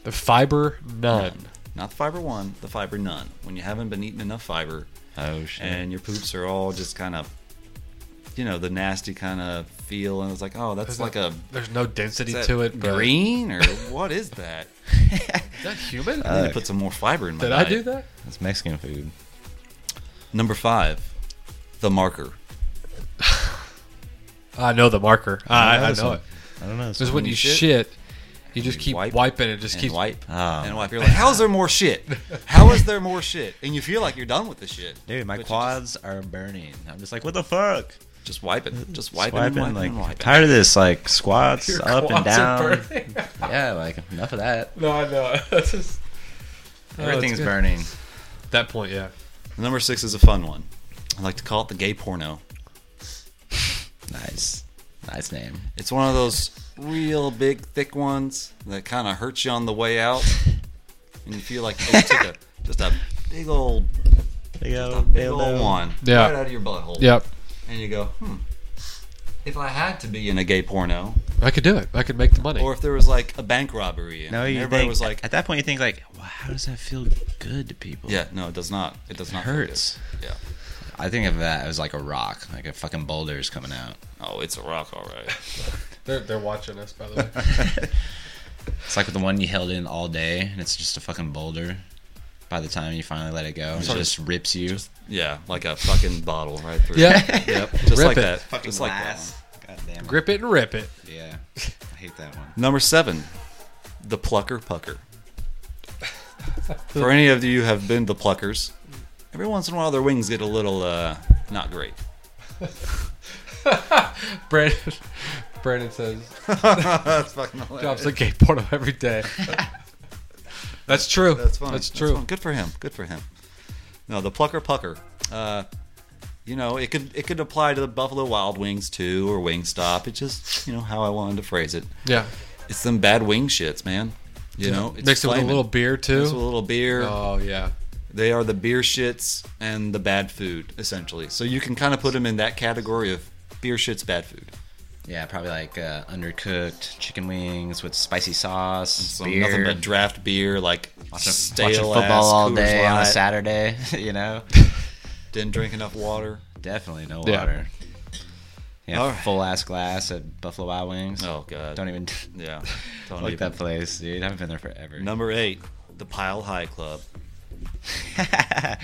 [SPEAKER 1] The fiber none.
[SPEAKER 3] Not the fiber one, the fiber none. When you haven't been eating enough fiber
[SPEAKER 2] Oh shit.
[SPEAKER 3] and your poops are all just kind of, you know, the nasty kind of feel, and it's like, oh, that's
[SPEAKER 1] There's
[SPEAKER 3] like
[SPEAKER 1] no-
[SPEAKER 3] a
[SPEAKER 1] There's no density
[SPEAKER 3] is that
[SPEAKER 1] to it. But
[SPEAKER 3] green or what is that?
[SPEAKER 1] Is that human?
[SPEAKER 3] I need to put some more fiber in my.
[SPEAKER 1] Did I do
[SPEAKER 3] diet.
[SPEAKER 1] that?
[SPEAKER 2] That's Mexican food.
[SPEAKER 3] Number five, the marker.
[SPEAKER 1] I know the marker. Ah, I, I, I know it.
[SPEAKER 2] I don't know. It's
[SPEAKER 1] Because when
[SPEAKER 2] cool.
[SPEAKER 1] you shit,
[SPEAKER 3] shit.
[SPEAKER 1] you just
[SPEAKER 3] You
[SPEAKER 1] keep
[SPEAKER 3] wipe
[SPEAKER 1] wiping. It just
[SPEAKER 3] and
[SPEAKER 1] keeps.
[SPEAKER 3] wipe
[SPEAKER 2] Oh.
[SPEAKER 3] and wipe. You're like, how's there more shit? How is there more shit? And you feel like you're done with the shit,
[SPEAKER 2] Dude, my
[SPEAKER 3] But you
[SPEAKER 2] quads are burning. I'm just like, what the fuck?
[SPEAKER 3] Just, just wipe it. Just wipe it.
[SPEAKER 2] Swiping,
[SPEAKER 3] and wipe it
[SPEAKER 2] like
[SPEAKER 3] and wipe it.
[SPEAKER 2] tired of this, like squats
[SPEAKER 1] Your
[SPEAKER 2] up and
[SPEAKER 1] quads are
[SPEAKER 2] down.
[SPEAKER 1] burning.
[SPEAKER 2] Yeah, like enough of that.
[SPEAKER 3] Oh,
[SPEAKER 1] no, I know. It's just- Oh, it's
[SPEAKER 2] Everything's
[SPEAKER 1] good.
[SPEAKER 2] burning.
[SPEAKER 1] At that point, yeah.
[SPEAKER 3] Number six is a fun one. I like to call it the gay porno.
[SPEAKER 2] Nice, nice name.
[SPEAKER 3] It's one of those real big, thick ones that kind of hurts you on the way out, and you feel like oh, you took a, just a big old,
[SPEAKER 2] Big
[SPEAKER 3] a big old one
[SPEAKER 1] Yeah.
[SPEAKER 3] right out of your butthole.
[SPEAKER 1] Yep.
[SPEAKER 3] And you go, hmm. If I had to be in a gay porno,
[SPEAKER 1] I could do it. I could make the money.
[SPEAKER 3] or if there was like a bank robbery, and
[SPEAKER 2] No, you
[SPEAKER 3] everybody
[SPEAKER 2] think,
[SPEAKER 3] was like,
[SPEAKER 2] at that point you think like, wow, how does that feel good to people?
[SPEAKER 3] yeah, no, it does not. It does
[SPEAKER 2] it
[SPEAKER 3] not feel good.
[SPEAKER 2] hurts.
[SPEAKER 3] Yeah.
[SPEAKER 2] I think of that as like a rock, like a fucking boulder is coming out.
[SPEAKER 3] Oh, it's a rock, all right.
[SPEAKER 1] they're, they're watching us, by the way.
[SPEAKER 2] It's like the one you held in all day, and it's just a fucking boulder. By the time you finally let it go, it
[SPEAKER 3] Sorry.
[SPEAKER 2] just rips you.
[SPEAKER 3] Yeah, like a fucking bottle right through.
[SPEAKER 1] yeah.
[SPEAKER 3] Yep. Just
[SPEAKER 1] Rip
[SPEAKER 3] like
[SPEAKER 1] it.
[SPEAKER 3] that. just like that one.
[SPEAKER 2] God damn
[SPEAKER 1] Grip it and rip it.
[SPEAKER 2] Yeah, I hate that one.
[SPEAKER 3] Number seven, the plucker pucker. For any of you who have been the pluckers, every once in a while their wings get a little uh, not great.
[SPEAKER 1] Brandon, Brandon says,
[SPEAKER 3] That's fucking hilarious.
[SPEAKER 1] drops a gay porno every day. That's true.
[SPEAKER 3] That's fun.
[SPEAKER 1] That's true.
[SPEAKER 3] fun. Good for him. Good for him. No, the plucker pucker. Uh, you know, it could it could apply to the Buffalo Wild Wings too, or Wingstop. It's just you know how I wanted to phrase it.
[SPEAKER 1] Yeah.
[SPEAKER 3] It's them bad wing shits, man. You know, it's
[SPEAKER 1] Mixed it with a
[SPEAKER 3] flaming.
[SPEAKER 1] little beer,
[SPEAKER 3] Mixed with a
[SPEAKER 1] too.
[SPEAKER 3] little beer.
[SPEAKER 1] Oh, yeah.
[SPEAKER 3] They are the beer shits and the bad food, essentially. So you can kind of put them in that category of beer shits, bad food.
[SPEAKER 2] Yeah, probably like uh, undercooked chicken wings with spicy sauce,
[SPEAKER 3] So
[SPEAKER 2] beer,
[SPEAKER 3] nothing but draft beer, like
[SPEAKER 2] watching,
[SPEAKER 3] stale
[SPEAKER 2] watching football
[SPEAKER 3] ass
[SPEAKER 2] all
[SPEAKER 3] Coors
[SPEAKER 2] day on a
[SPEAKER 3] Light,
[SPEAKER 2] Saturday. You know,
[SPEAKER 3] Didn't drink enough water.
[SPEAKER 2] definitely no
[SPEAKER 1] Yeah.
[SPEAKER 2] water. Yeah,
[SPEAKER 3] All right.
[SPEAKER 2] full ass glass at Buffalo Wild Wings.
[SPEAKER 3] Oh god.
[SPEAKER 2] don't even
[SPEAKER 3] yeah. Don't
[SPEAKER 2] like
[SPEAKER 3] even.
[SPEAKER 2] that place, dude. I haven't been there forever.
[SPEAKER 3] Number eight, the Pile High Club.
[SPEAKER 2] I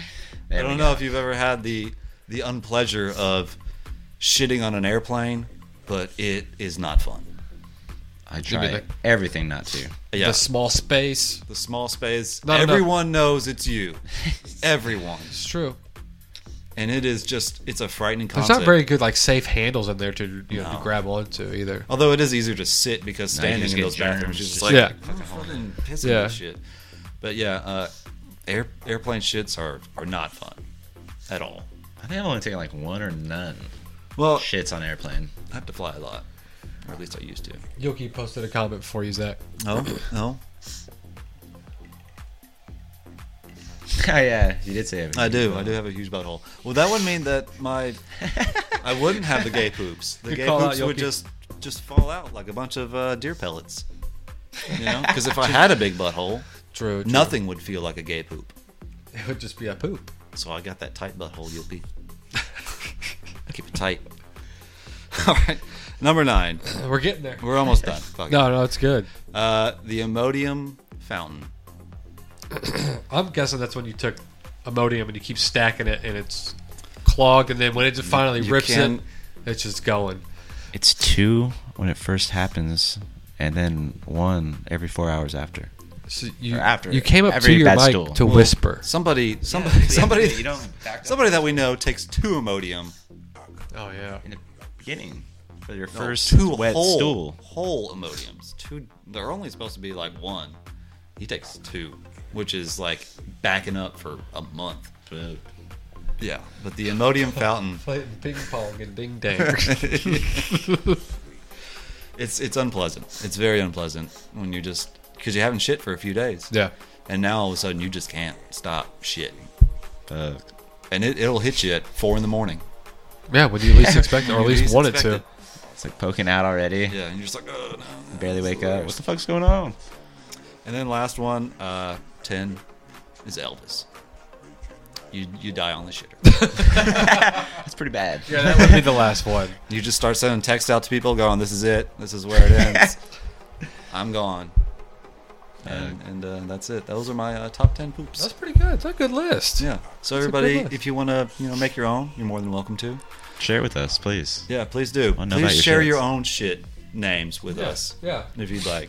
[SPEAKER 3] I don't know if you've ever had the the unpleasure of shitting on an airplane, but it is not fun.
[SPEAKER 2] I
[SPEAKER 1] Give me
[SPEAKER 2] tried everything not to.
[SPEAKER 3] Yeah.
[SPEAKER 1] The small space.
[SPEAKER 3] the small space.
[SPEAKER 1] Not enough.
[SPEAKER 3] Everyone knows it's you. Everyone.
[SPEAKER 1] It's true.
[SPEAKER 3] and it is just it's a frightening
[SPEAKER 1] There's
[SPEAKER 3] concept.
[SPEAKER 1] not very good like safe handles in there to you know to
[SPEAKER 3] No.
[SPEAKER 1] grab onto either.
[SPEAKER 3] Although it is easier to sit because
[SPEAKER 2] No, you
[SPEAKER 3] standing
[SPEAKER 2] just
[SPEAKER 3] in
[SPEAKER 2] get
[SPEAKER 3] those bathrooms
[SPEAKER 2] germs.
[SPEAKER 3] is just
[SPEAKER 2] Just
[SPEAKER 3] like
[SPEAKER 1] Yeah.
[SPEAKER 3] "Oh, fucking pissing
[SPEAKER 1] Yeah.
[SPEAKER 3] and shit. But yeah, uh, air, airplane shits are are not fun at all.
[SPEAKER 2] I think I've only taken like one or none
[SPEAKER 3] Well,
[SPEAKER 2] shits on airplane.
[SPEAKER 3] I have to fly a lot, or at least I used to.
[SPEAKER 1] Yoki posted a comment for you, Zach.
[SPEAKER 3] No, no,
[SPEAKER 2] oh yeah, you did say everything.
[SPEAKER 3] I do. I do have a huge butthole. Well, that would mean that my I wouldn't have the gay poops. The
[SPEAKER 1] Good
[SPEAKER 3] gay
[SPEAKER 1] call out,
[SPEAKER 3] poops would
[SPEAKER 1] Yoki.
[SPEAKER 3] just just fall out like a bunch of uh, deer pellets. You know, because if I had a big butthole,
[SPEAKER 1] True. true.
[SPEAKER 3] nothing would feel like a gay poop.
[SPEAKER 1] It would just be a poop.
[SPEAKER 3] So I got that tight butthole, you'll be. Keep it tight. All right. Number nine.
[SPEAKER 1] We're getting there.
[SPEAKER 3] We're almost done. Fuck it.
[SPEAKER 1] No, no, it's good.
[SPEAKER 3] Uh, the Imodium Fountain.
[SPEAKER 1] I'm guessing that's when you took Imodium and you keep stacking it and it's clogged, and then when it just finally
[SPEAKER 3] You
[SPEAKER 1] rips
[SPEAKER 3] can-
[SPEAKER 1] it, it's just going.
[SPEAKER 2] It's two when it first happens, and then one every four hours after.
[SPEAKER 1] So you,
[SPEAKER 2] Or after
[SPEAKER 1] you came up
[SPEAKER 2] every
[SPEAKER 1] to your
[SPEAKER 2] bad
[SPEAKER 1] mic
[SPEAKER 2] stool.
[SPEAKER 1] to
[SPEAKER 2] Well,
[SPEAKER 1] whisper.
[SPEAKER 3] Somebody, somebody, somebody,
[SPEAKER 2] you don't back up
[SPEAKER 3] somebody that we know takes two Imodium.
[SPEAKER 1] Oh yeah.
[SPEAKER 2] in the beginning for your
[SPEAKER 3] No,
[SPEAKER 2] first
[SPEAKER 3] two
[SPEAKER 2] wet
[SPEAKER 3] whole,
[SPEAKER 2] stool.
[SPEAKER 3] Whole Imodiums. Two. They're only supposed to be like one. He takes two, which is like backing up for a month. Yeah. But the Imodium Fountain.
[SPEAKER 1] Playing ping pong and ding dang.
[SPEAKER 3] It's it's unpleasant. It's very unpleasant when you just because you haven't shit for a few days.
[SPEAKER 1] yeah.
[SPEAKER 3] And now all of a sudden you just can't stop shitting,
[SPEAKER 1] Uh.
[SPEAKER 2] Fuck.
[SPEAKER 3] and it it'll hit you at four in the morning.
[SPEAKER 1] Yeah, when you least expect it, or at
[SPEAKER 3] You
[SPEAKER 1] least
[SPEAKER 3] least
[SPEAKER 1] wanted
[SPEAKER 3] expect
[SPEAKER 1] to.
[SPEAKER 3] it.
[SPEAKER 2] It's like poking out already.
[SPEAKER 3] Yeah, and you're just like, oh no.
[SPEAKER 2] Barely wake up. What the fuck's going on?
[SPEAKER 3] And then last one, uh, ten, is Elvis. You you die on the shitter.
[SPEAKER 2] That's pretty bad.
[SPEAKER 1] Yeah, that would be the last one.
[SPEAKER 3] you just start sending texts out to people, going, "This is it. This is where it ends. I'm gone." And, and uh, that's it. Those are my uh, top ten poops.
[SPEAKER 1] That's pretty good. That's a good list.
[SPEAKER 3] yeah. So
[SPEAKER 1] that's a good
[SPEAKER 3] everybody,
[SPEAKER 1] list.
[SPEAKER 3] if you want to, you know, make your own, you're more than welcome to.
[SPEAKER 2] Share it with us, please.
[SPEAKER 3] Yeah, please do.
[SPEAKER 2] Wanna know
[SPEAKER 3] Please
[SPEAKER 2] about your
[SPEAKER 3] share
[SPEAKER 2] shits.
[SPEAKER 3] your own shit names with
[SPEAKER 1] Yes.
[SPEAKER 3] us
[SPEAKER 1] Yeah.
[SPEAKER 3] if you'd like.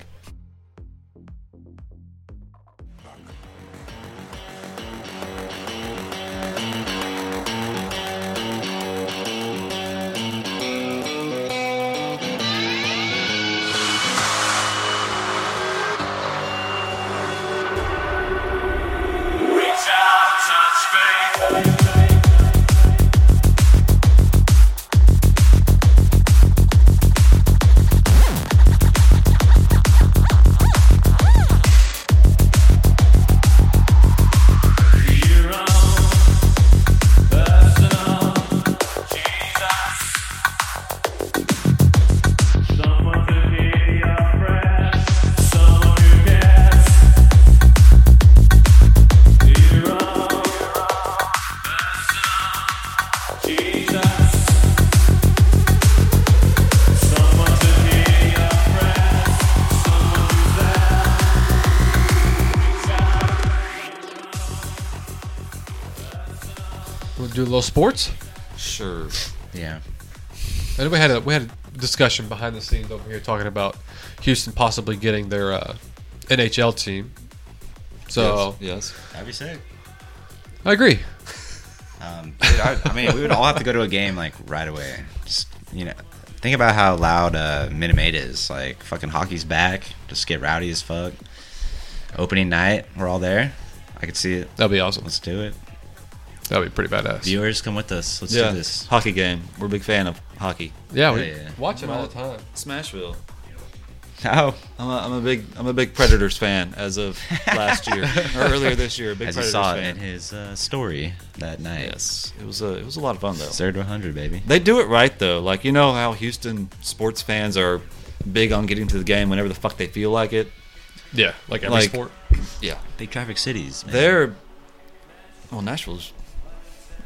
[SPEAKER 4] Reach out, touch faith. Your own personal Jesus. Someone to hear your prayers. Someone who cares. Hero, Jesus, someone to hear your prayers, someone who's there.
[SPEAKER 1] We'll do a little sports.
[SPEAKER 3] Sure.
[SPEAKER 2] Yeah.
[SPEAKER 1] And we had a we had a discussion behind the scenes over here talking about Houston possibly getting their uh, NHL team. So
[SPEAKER 3] yes.
[SPEAKER 2] That'd be sick.
[SPEAKER 1] I agree.
[SPEAKER 2] Um, dude, I, I mean, we would all have to go to a game like right away. Just you know, think about how loud uh, Minute Maid is. Like fucking hockey's back. Just get rowdy as fuck. Opening night, we're all there. I could see it.
[SPEAKER 1] That'd be awesome.
[SPEAKER 2] Let's do it.
[SPEAKER 1] That'd be pretty badass.
[SPEAKER 2] Viewers, come with us. Let's
[SPEAKER 3] yeah.
[SPEAKER 2] do this.
[SPEAKER 3] Hockey game. We're a big fan of hockey.
[SPEAKER 1] Yeah, we
[SPEAKER 2] Yeah, yeah.
[SPEAKER 1] watch it all the time.
[SPEAKER 3] Smashville.
[SPEAKER 2] Oh,
[SPEAKER 3] I'm a, I'm a big I'm a big Predators fan as of last year or earlier this year. a Big
[SPEAKER 2] as you
[SPEAKER 3] Predators
[SPEAKER 2] saw it
[SPEAKER 3] fan.
[SPEAKER 2] in his uh, story that night.
[SPEAKER 3] yes, it was a it was a lot of fun though.
[SPEAKER 2] Zero to 100, baby.
[SPEAKER 3] They do it right though. Like you know how Houston sports fans are big on getting to the game whenever the fuck they feel like it.
[SPEAKER 1] Yeah, like every
[SPEAKER 3] Like-
[SPEAKER 1] sport.
[SPEAKER 3] Yeah,
[SPEAKER 2] Big traffic cities. man.
[SPEAKER 3] they're well Nashville's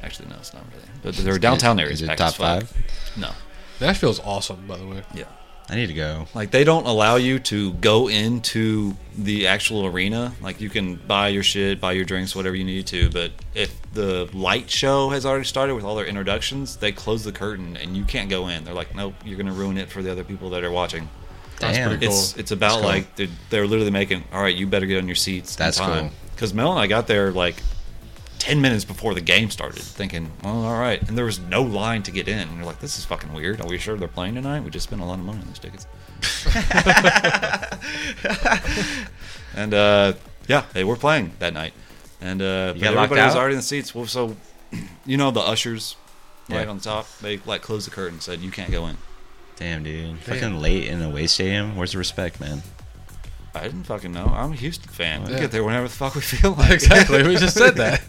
[SPEAKER 3] actually no, it's not really. But their downtown areas.
[SPEAKER 2] Is it
[SPEAKER 3] packed
[SPEAKER 2] top
[SPEAKER 3] as fuck.
[SPEAKER 2] five?
[SPEAKER 3] No.
[SPEAKER 1] Nashville's awesome, by the way.
[SPEAKER 3] Yeah.
[SPEAKER 2] I need to go.
[SPEAKER 3] Like they don't allow you to go into the actual arena. Like you can buy your shit, buy your drinks, whatever you need to. But if the light show has already started with all their introductions, they close the curtain and you can't go in. They're like, nope, you're gonna ruin it for the other people that are watching.
[SPEAKER 1] That's
[SPEAKER 2] Damn.
[SPEAKER 1] pretty
[SPEAKER 3] It's
[SPEAKER 1] Cool.
[SPEAKER 3] it's about
[SPEAKER 2] That's cool.
[SPEAKER 3] like they're, they're literally making. All right, you better get on your seats.
[SPEAKER 2] That's cool.
[SPEAKER 3] Because Mel and I got there like ten minutes before the game started, thinking, well, all right, and there was no line to get in. And you're like, this is fucking weird. Are we sure they're playing tonight? We just spent a lot of money on these tickets. and uh, yeah, they were playing that night, and uh,
[SPEAKER 2] You
[SPEAKER 3] but
[SPEAKER 2] got locked
[SPEAKER 3] everybody was
[SPEAKER 2] out?
[SPEAKER 3] already in the seats. Well, so you know the ushers. Right
[SPEAKER 2] Yeah.
[SPEAKER 3] on top, they like closed the curtain, said you can't go in.
[SPEAKER 2] Damn, dude. Fucking late in the away stadium. Where's the respect, man?
[SPEAKER 3] I didn't fucking know. I'm a Houston fan. We
[SPEAKER 1] Yeah.
[SPEAKER 3] get there whenever the fuck we feel like.
[SPEAKER 1] exactly. We just said that,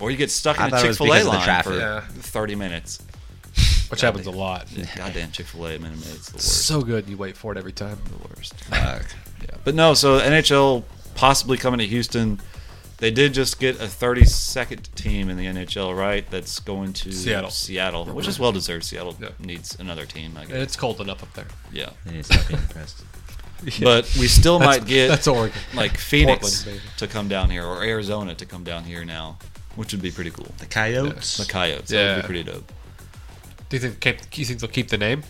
[SPEAKER 3] Or you get stuck
[SPEAKER 2] I
[SPEAKER 3] in a
[SPEAKER 2] thought it
[SPEAKER 3] Chick
[SPEAKER 2] was
[SPEAKER 3] Fil A
[SPEAKER 2] because of the
[SPEAKER 3] line
[SPEAKER 2] traffic.
[SPEAKER 3] for
[SPEAKER 1] Yeah.
[SPEAKER 3] 30 minutes.
[SPEAKER 1] which happens a lot.
[SPEAKER 3] Goddamn Chick Fil A, man, it's the worst.
[SPEAKER 1] So good, you wait for it every time.
[SPEAKER 3] the worst.
[SPEAKER 2] Fuck.
[SPEAKER 3] Yeah. But no, so NHL possibly coming to Houston. They did just get a 32nd team in the NHL, right? That's going to
[SPEAKER 1] Seattle.
[SPEAKER 3] Seattle, which is well deserved. Seattle
[SPEAKER 1] Yeah.
[SPEAKER 3] needs another team, I
[SPEAKER 1] And
[SPEAKER 3] guess.
[SPEAKER 1] it's cold enough up there.
[SPEAKER 3] Yeah.
[SPEAKER 2] They need to stop being impressed.
[SPEAKER 3] But we still
[SPEAKER 1] That's-
[SPEAKER 3] might get
[SPEAKER 1] that's Oregon.
[SPEAKER 3] like Phoenix
[SPEAKER 1] Portland, maybe.
[SPEAKER 3] to come down here or Arizona to come down here now, which would be pretty cool.
[SPEAKER 2] The Coyotes.
[SPEAKER 3] The Coyotes. That would
[SPEAKER 1] Yeah.
[SPEAKER 3] be pretty dope.
[SPEAKER 1] Do you think keep, you think they'll keep the name?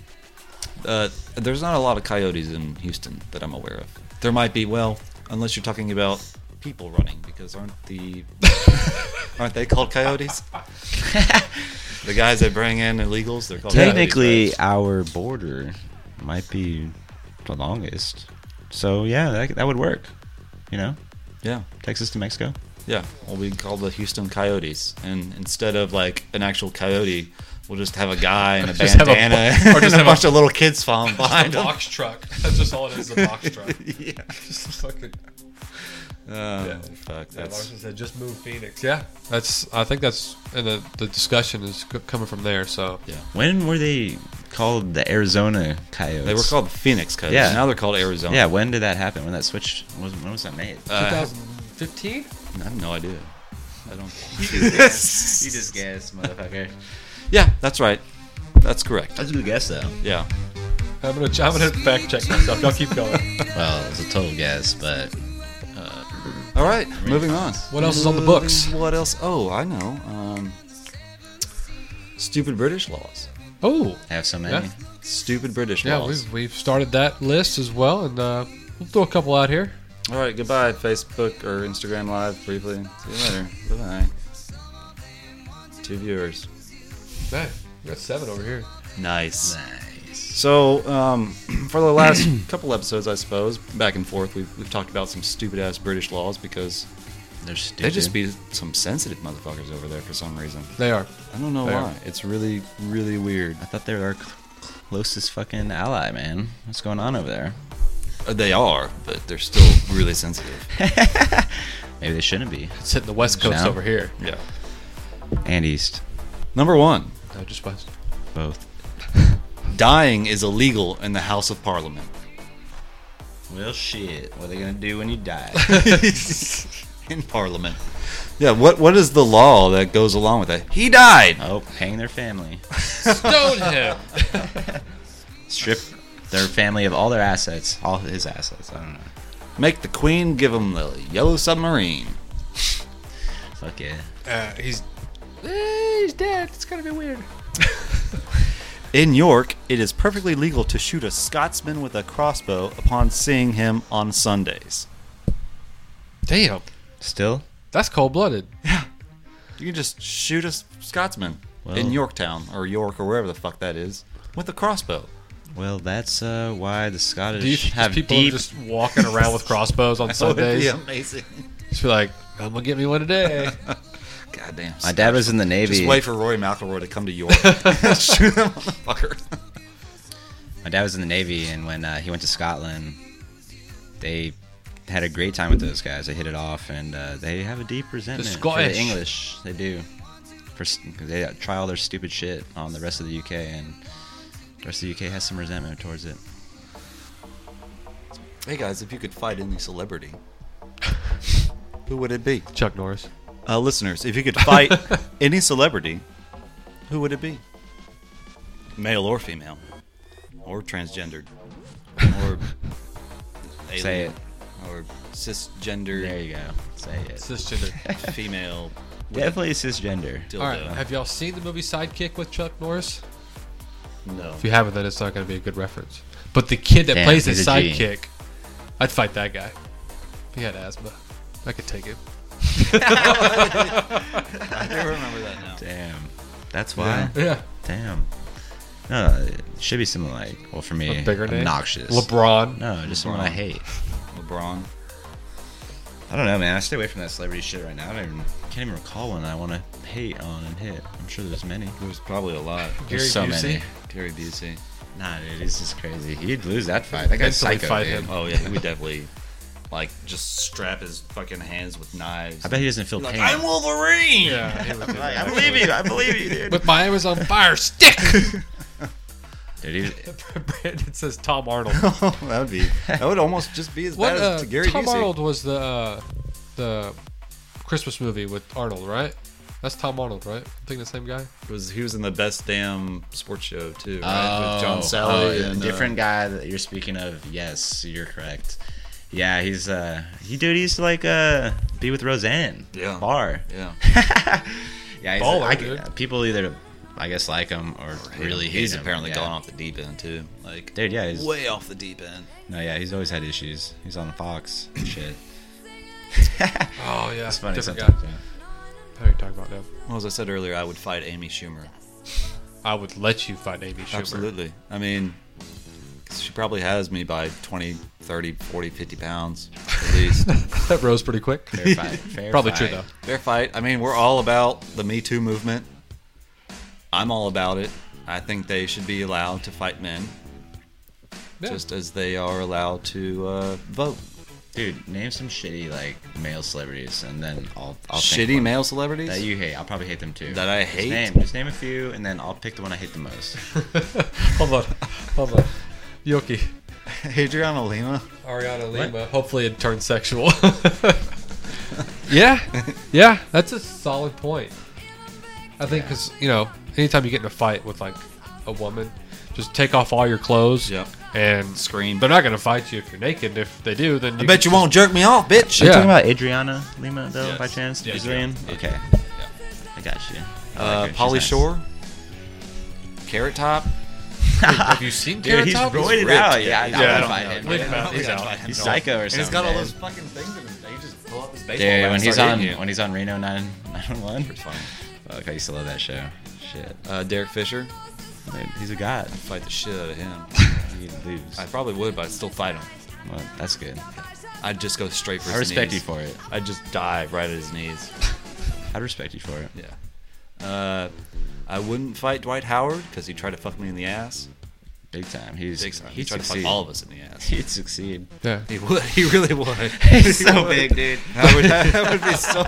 [SPEAKER 3] Uh, there's not a lot of coyotes in Houston that I'm aware of. There might be, well, unless you're talking about people running, because aren't the aren't they called coyotes? the guys that bring in illegals, they're called
[SPEAKER 2] Technically,
[SPEAKER 3] coyotes,
[SPEAKER 2] our border might be the longest. So, yeah, that, that would work. You know,
[SPEAKER 3] right? yeah,
[SPEAKER 2] Texas to Mexico.
[SPEAKER 3] yeah. Well, we call the Houston Coyotes, and instead of like an actual coyote, we'll just have a guy in a
[SPEAKER 1] Just have a
[SPEAKER 3] bandana,
[SPEAKER 1] bu- or
[SPEAKER 3] or
[SPEAKER 1] just
[SPEAKER 3] just
[SPEAKER 1] have
[SPEAKER 3] a
[SPEAKER 1] a-
[SPEAKER 3] bunch of little kids following behind him.
[SPEAKER 1] box truck. That's just all it is. A box truck.
[SPEAKER 3] yeah.
[SPEAKER 1] Just fucking.
[SPEAKER 3] Oh, fuck. That's
[SPEAKER 1] said, just move Phoenix. Yeah, that's. I think that's, and the, the discussion is c- coming from there. So
[SPEAKER 3] yeah.
[SPEAKER 2] When were they called the Arizona Coyotes.
[SPEAKER 3] They were called Phoenix Coyotes.
[SPEAKER 2] Yeah.
[SPEAKER 3] Now they're called Arizona.
[SPEAKER 2] Yeah, when did that happen? When that switch was when was that made?
[SPEAKER 3] Uh,
[SPEAKER 1] 2015?
[SPEAKER 3] I have no idea. I don't.
[SPEAKER 2] you just guessed, motherfucker.
[SPEAKER 3] Yeah, that's right. That's correct.
[SPEAKER 2] That's a good guess though.
[SPEAKER 3] Yeah.
[SPEAKER 1] I'm gonna I'm gonna fact check myself. Y'all keep going.
[SPEAKER 2] Well, it's a total guess, but
[SPEAKER 3] All right, moving on.
[SPEAKER 1] What else is on the books?
[SPEAKER 3] What else? Oh, I know. Um, stupid British laws.
[SPEAKER 1] Oh,
[SPEAKER 2] I have so many.
[SPEAKER 1] Yeah.
[SPEAKER 3] Stupid British
[SPEAKER 1] yeah,
[SPEAKER 3] laws.
[SPEAKER 1] we've, we've started that list as well, and uh, we'll throw a couple out here.
[SPEAKER 3] All right, goodbye, Facebook or Instagram Live briefly. See you later. Bye. Two viewers.
[SPEAKER 1] Hey, we got seven over here.
[SPEAKER 3] Nice.
[SPEAKER 2] Nice.
[SPEAKER 3] So, um, for the last couple episodes, I suppose, back and forth, we've, we've talked about some stupid ass British laws because
[SPEAKER 2] They're stupid.
[SPEAKER 3] they just be some sensitive motherfuckers over there for some reason.
[SPEAKER 1] They are.
[SPEAKER 3] I don't know
[SPEAKER 1] They are.
[SPEAKER 3] why. It's really, really weird.
[SPEAKER 2] I thought they were our cl- closest fucking ally, man. What's going on over there?
[SPEAKER 3] Uh, They are, but they're still really sensitive.
[SPEAKER 2] Maybe they shouldn't be.
[SPEAKER 1] It's hitting the West Coast
[SPEAKER 2] Now?
[SPEAKER 1] over here.
[SPEAKER 3] Yeah.
[SPEAKER 2] And East,
[SPEAKER 3] Number one,
[SPEAKER 1] No, just West.
[SPEAKER 2] both.
[SPEAKER 3] dying is illegal in the House of Parliament.
[SPEAKER 2] Well, shit. What are they gonna do when you die?
[SPEAKER 3] in Parliament. Yeah. What What is the law that goes along with that? He died.
[SPEAKER 2] oh, hang their family,
[SPEAKER 1] Stone him.
[SPEAKER 2] strip their family of all their assets, all his assets. I don't know.
[SPEAKER 3] Make the Queen give him the yellow submarine.
[SPEAKER 2] Fuck yeah.
[SPEAKER 1] Uh, he's eh, he's dead. It's gonna be weird.
[SPEAKER 3] In York, it is perfectly legal to shoot a Scotsman with a crossbow upon seeing him on Sundays.
[SPEAKER 1] Damn,
[SPEAKER 2] Still,
[SPEAKER 1] that's cold blooded.
[SPEAKER 3] You can just shoot a S- Scotsman
[SPEAKER 2] Well-
[SPEAKER 3] in Yorktown or York or wherever the fuck that is with a crossbow.
[SPEAKER 2] well, that's uh, why the Scottish
[SPEAKER 1] Do you think
[SPEAKER 2] have
[SPEAKER 1] people
[SPEAKER 2] deep.
[SPEAKER 1] are just walking around with crossbows on Sundays?
[SPEAKER 3] amazing.
[SPEAKER 1] Just be like, I'm gonna get me one today.
[SPEAKER 3] Goddamn.
[SPEAKER 2] My dad was in the
[SPEAKER 3] Just
[SPEAKER 2] Navy.
[SPEAKER 3] wait for Roy McElroy to come to York. shoot him, motherfucker.
[SPEAKER 2] My dad was in the Navy, and when uh, he went to Scotland, they had a great time with those guys. They hit it off, and uh, they have a deep resentment for
[SPEAKER 1] Scottish.
[SPEAKER 2] the English. They do. For because they uh, try all their stupid shit on the rest of the UK, and the rest of the UK has some resentment towards it.
[SPEAKER 3] Hey guys, if you could fight any celebrity, who would it be?
[SPEAKER 1] Chuck Norris.
[SPEAKER 3] Uh, listeners, if you could fight any celebrity, who would it be? Male or female, or transgendered, or alien,
[SPEAKER 2] Say it.
[SPEAKER 3] or
[SPEAKER 2] There
[SPEAKER 3] cisgender
[SPEAKER 2] you go. Say it.
[SPEAKER 1] Cisgender.
[SPEAKER 3] female
[SPEAKER 2] Definitely cisgender.
[SPEAKER 3] dildo.
[SPEAKER 1] All right. Have y'all seen the movie Sidekick with Chuck Norris?
[SPEAKER 3] No.
[SPEAKER 1] If you haven't, then it's not gonna be a good reference. But the kid that
[SPEAKER 2] Damn,
[SPEAKER 1] plays
[SPEAKER 2] he's
[SPEAKER 1] his
[SPEAKER 2] a G.
[SPEAKER 1] sidekick, I'd fight that guy. He had asthma. I could take it.
[SPEAKER 3] I do remember that now.
[SPEAKER 2] Damn. That's why.
[SPEAKER 1] Yeah.
[SPEAKER 2] Damn. No, it should be something like well for me,
[SPEAKER 1] A bigger name.
[SPEAKER 2] obnoxious.
[SPEAKER 1] LeBron.
[SPEAKER 2] No, just someone I
[SPEAKER 3] LeBron.
[SPEAKER 2] hate.
[SPEAKER 3] LeBron.
[SPEAKER 2] I don't know, man. I stay away from that celebrity shit right now. I don't even, can't even recall one I want to hate on and hit. I'm sure there's many.
[SPEAKER 3] There's probably a lot.
[SPEAKER 1] Gary
[SPEAKER 2] There's so
[SPEAKER 1] Busey.
[SPEAKER 2] many.
[SPEAKER 3] Gary Busey.
[SPEAKER 2] Nah, dude, he's just crazy. He'd lose that fight. That guy's
[SPEAKER 1] Mentally
[SPEAKER 2] psycho,
[SPEAKER 1] fight
[SPEAKER 2] dude.
[SPEAKER 1] him.
[SPEAKER 3] Oh yeah, he would definitely like just strap his fucking hands with knives.
[SPEAKER 2] I bet he doesn't feel
[SPEAKER 3] like
[SPEAKER 2] pain.
[SPEAKER 3] I'm Wolverine.
[SPEAKER 1] Yeah. he would do
[SPEAKER 2] Like,
[SPEAKER 1] that.
[SPEAKER 2] I believe you. I believe you, dude.
[SPEAKER 1] With my Amazon Fire Stick.
[SPEAKER 2] dude he,
[SPEAKER 1] Brandon says Tom Arnold.
[SPEAKER 3] that would be. That would almost just be as
[SPEAKER 1] What
[SPEAKER 3] bad
[SPEAKER 1] uh,
[SPEAKER 3] as to Gary
[SPEAKER 1] Tom
[SPEAKER 3] Busey.
[SPEAKER 1] Arnold was the uh, the Christmas movie with Arnold, right? That's Tom Arnold, right? I think the same guy.
[SPEAKER 3] Was he was in the best damn sports show too? Right?
[SPEAKER 2] oh,
[SPEAKER 3] With John
[SPEAKER 2] oh,
[SPEAKER 3] Sally
[SPEAKER 2] yeah,
[SPEAKER 3] and uh,
[SPEAKER 2] different guy that you're speaking of. Yes, you're correct. Yeah, he's uh, he dude. He used to like uh, be with Roseanne.
[SPEAKER 3] Yeah.
[SPEAKER 2] bar.
[SPEAKER 3] yeah.
[SPEAKER 2] Yeah, he's,
[SPEAKER 1] Baller,
[SPEAKER 2] I,
[SPEAKER 1] dude.
[SPEAKER 2] people either, I guess, like him or really hate
[SPEAKER 3] he's
[SPEAKER 2] him.
[SPEAKER 3] apparently
[SPEAKER 2] yeah.
[SPEAKER 3] gone off the deep end too. Like
[SPEAKER 2] Dude, yeah, he's
[SPEAKER 3] way off the deep end.
[SPEAKER 2] no, yeah, he's always had issues. He's on Fox and shit.
[SPEAKER 1] Oh yeah,
[SPEAKER 2] It's funny
[SPEAKER 1] different guy.
[SPEAKER 2] sometimes. yeah.
[SPEAKER 1] How are you talking about now?
[SPEAKER 3] Well, as I said earlier, I would fight Amy Schumer.
[SPEAKER 1] I would let you fight Amy Schumer.
[SPEAKER 3] Absolutely. I mean, 'cause she probably has me by 20, 30, 40, 50 pounds at least.
[SPEAKER 1] That rose pretty quick.
[SPEAKER 2] Fair fight. Fair
[SPEAKER 1] Probably
[SPEAKER 2] fight.
[SPEAKER 1] true though.
[SPEAKER 3] Fair fight. I mean, we're all about the Me Too movement. I'm all about it. I think they should be allowed to fight men
[SPEAKER 1] Yeah.
[SPEAKER 3] just as they are allowed to uh, vote.
[SPEAKER 2] Dude, name some shitty like male celebrities, and then I'll I'll think
[SPEAKER 3] Shitty
[SPEAKER 2] one
[SPEAKER 3] male celebrities?
[SPEAKER 2] that you hate. I'll probably hate them too.
[SPEAKER 3] That I
[SPEAKER 2] Just
[SPEAKER 3] hate?
[SPEAKER 2] name just name a few, and then I'll pick the one I hate the most.
[SPEAKER 1] Hold on. Hold on. Yoki.
[SPEAKER 3] Adriana Lima?
[SPEAKER 1] Ariana Lima. Hopefully it turns sexual. yeah. Yeah. That's a solid point. I think because, you know, anytime you get in a fight with like a woman, just take off all your clothes.
[SPEAKER 3] Yep.
[SPEAKER 1] And
[SPEAKER 3] Scream.
[SPEAKER 1] They're not going to fight you if you're naked. If they do, then you
[SPEAKER 3] I bet you won't jerk me off, bitch.
[SPEAKER 1] Yeah.
[SPEAKER 2] Talking about Adriana Lima though,
[SPEAKER 3] Yes.
[SPEAKER 2] by chance,
[SPEAKER 3] Yeah,
[SPEAKER 2] Brazilian.
[SPEAKER 3] Adriana.
[SPEAKER 2] Okay, I got you. I
[SPEAKER 3] Uh,
[SPEAKER 2] like her. She's
[SPEAKER 3] Polly
[SPEAKER 2] nice.
[SPEAKER 3] Shore? Carrot Top?
[SPEAKER 1] Have you seen
[SPEAKER 2] Dude, he's roided out. Yeah,
[SPEAKER 3] Yeah,
[SPEAKER 2] I
[SPEAKER 1] I
[SPEAKER 2] yeah,
[SPEAKER 1] don't
[SPEAKER 2] fight
[SPEAKER 1] know.
[SPEAKER 2] him.
[SPEAKER 1] Wait,
[SPEAKER 2] Yeah.
[SPEAKER 1] he's out.
[SPEAKER 2] He's psycho or something. man.
[SPEAKER 3] fucking things in his face. You just pull up his baseball
[SPEAKER 2] Dude,
[SPEAKER 3] bat
[SPEAKER 2] when
[SPEAKER 3] and
[SPEAKER 2] he's
[SPEAKER 3] start
[SPEAKER 2] on
[SPEAKER 3] hitting you.
[SPEAKER 2] when he's on Reno 9 911.
[SPEAKER 3] Pretty funny.
[SPEAKER 2] Fuck, I used to love that show. Shit,
[SPEAKER 3] Uh, Derek Fisher?
[SPEAKER 2] Dude, he's a god.
[SPEAKER 3] Fight the shit out of him.
[SPEAKER 2] He lose.
[SPEAKER 3] I probably would, but I'd still fight him.
[SPEAKER 2] Well, that's good.
[SPEAKER 3] I'd just go straight for his
[SPEAKER 2] I respect
[SPEAKER 3] knees.
[SPEAKER 2] you for it.
[SPEAKER 3] I'd just dive right at his knees.
[SPEAKER 2] I respect you for it.
[SPEAKER 3] Yeah. Uh, I wouldn't fight Dwight Howard because he tried to fuck me in the ass.
[SPEAKER 2] Big time. He's
[SPEAKER 3] Big time. He
[SPEAKER 2] He'd
[SPEAKER 3] tried to
[SPEAKER 2] succeed.
[SPEAKER 3] fuck all of us in the ass.
[SPEAKER 2] He'd succeed.
[SPEAKER 1] Yeah.
[SPEAKER 3] He would. He really would.
[SPEAKER 2] He's so big, dude.
[SPEAKER 3] That would, that would be so.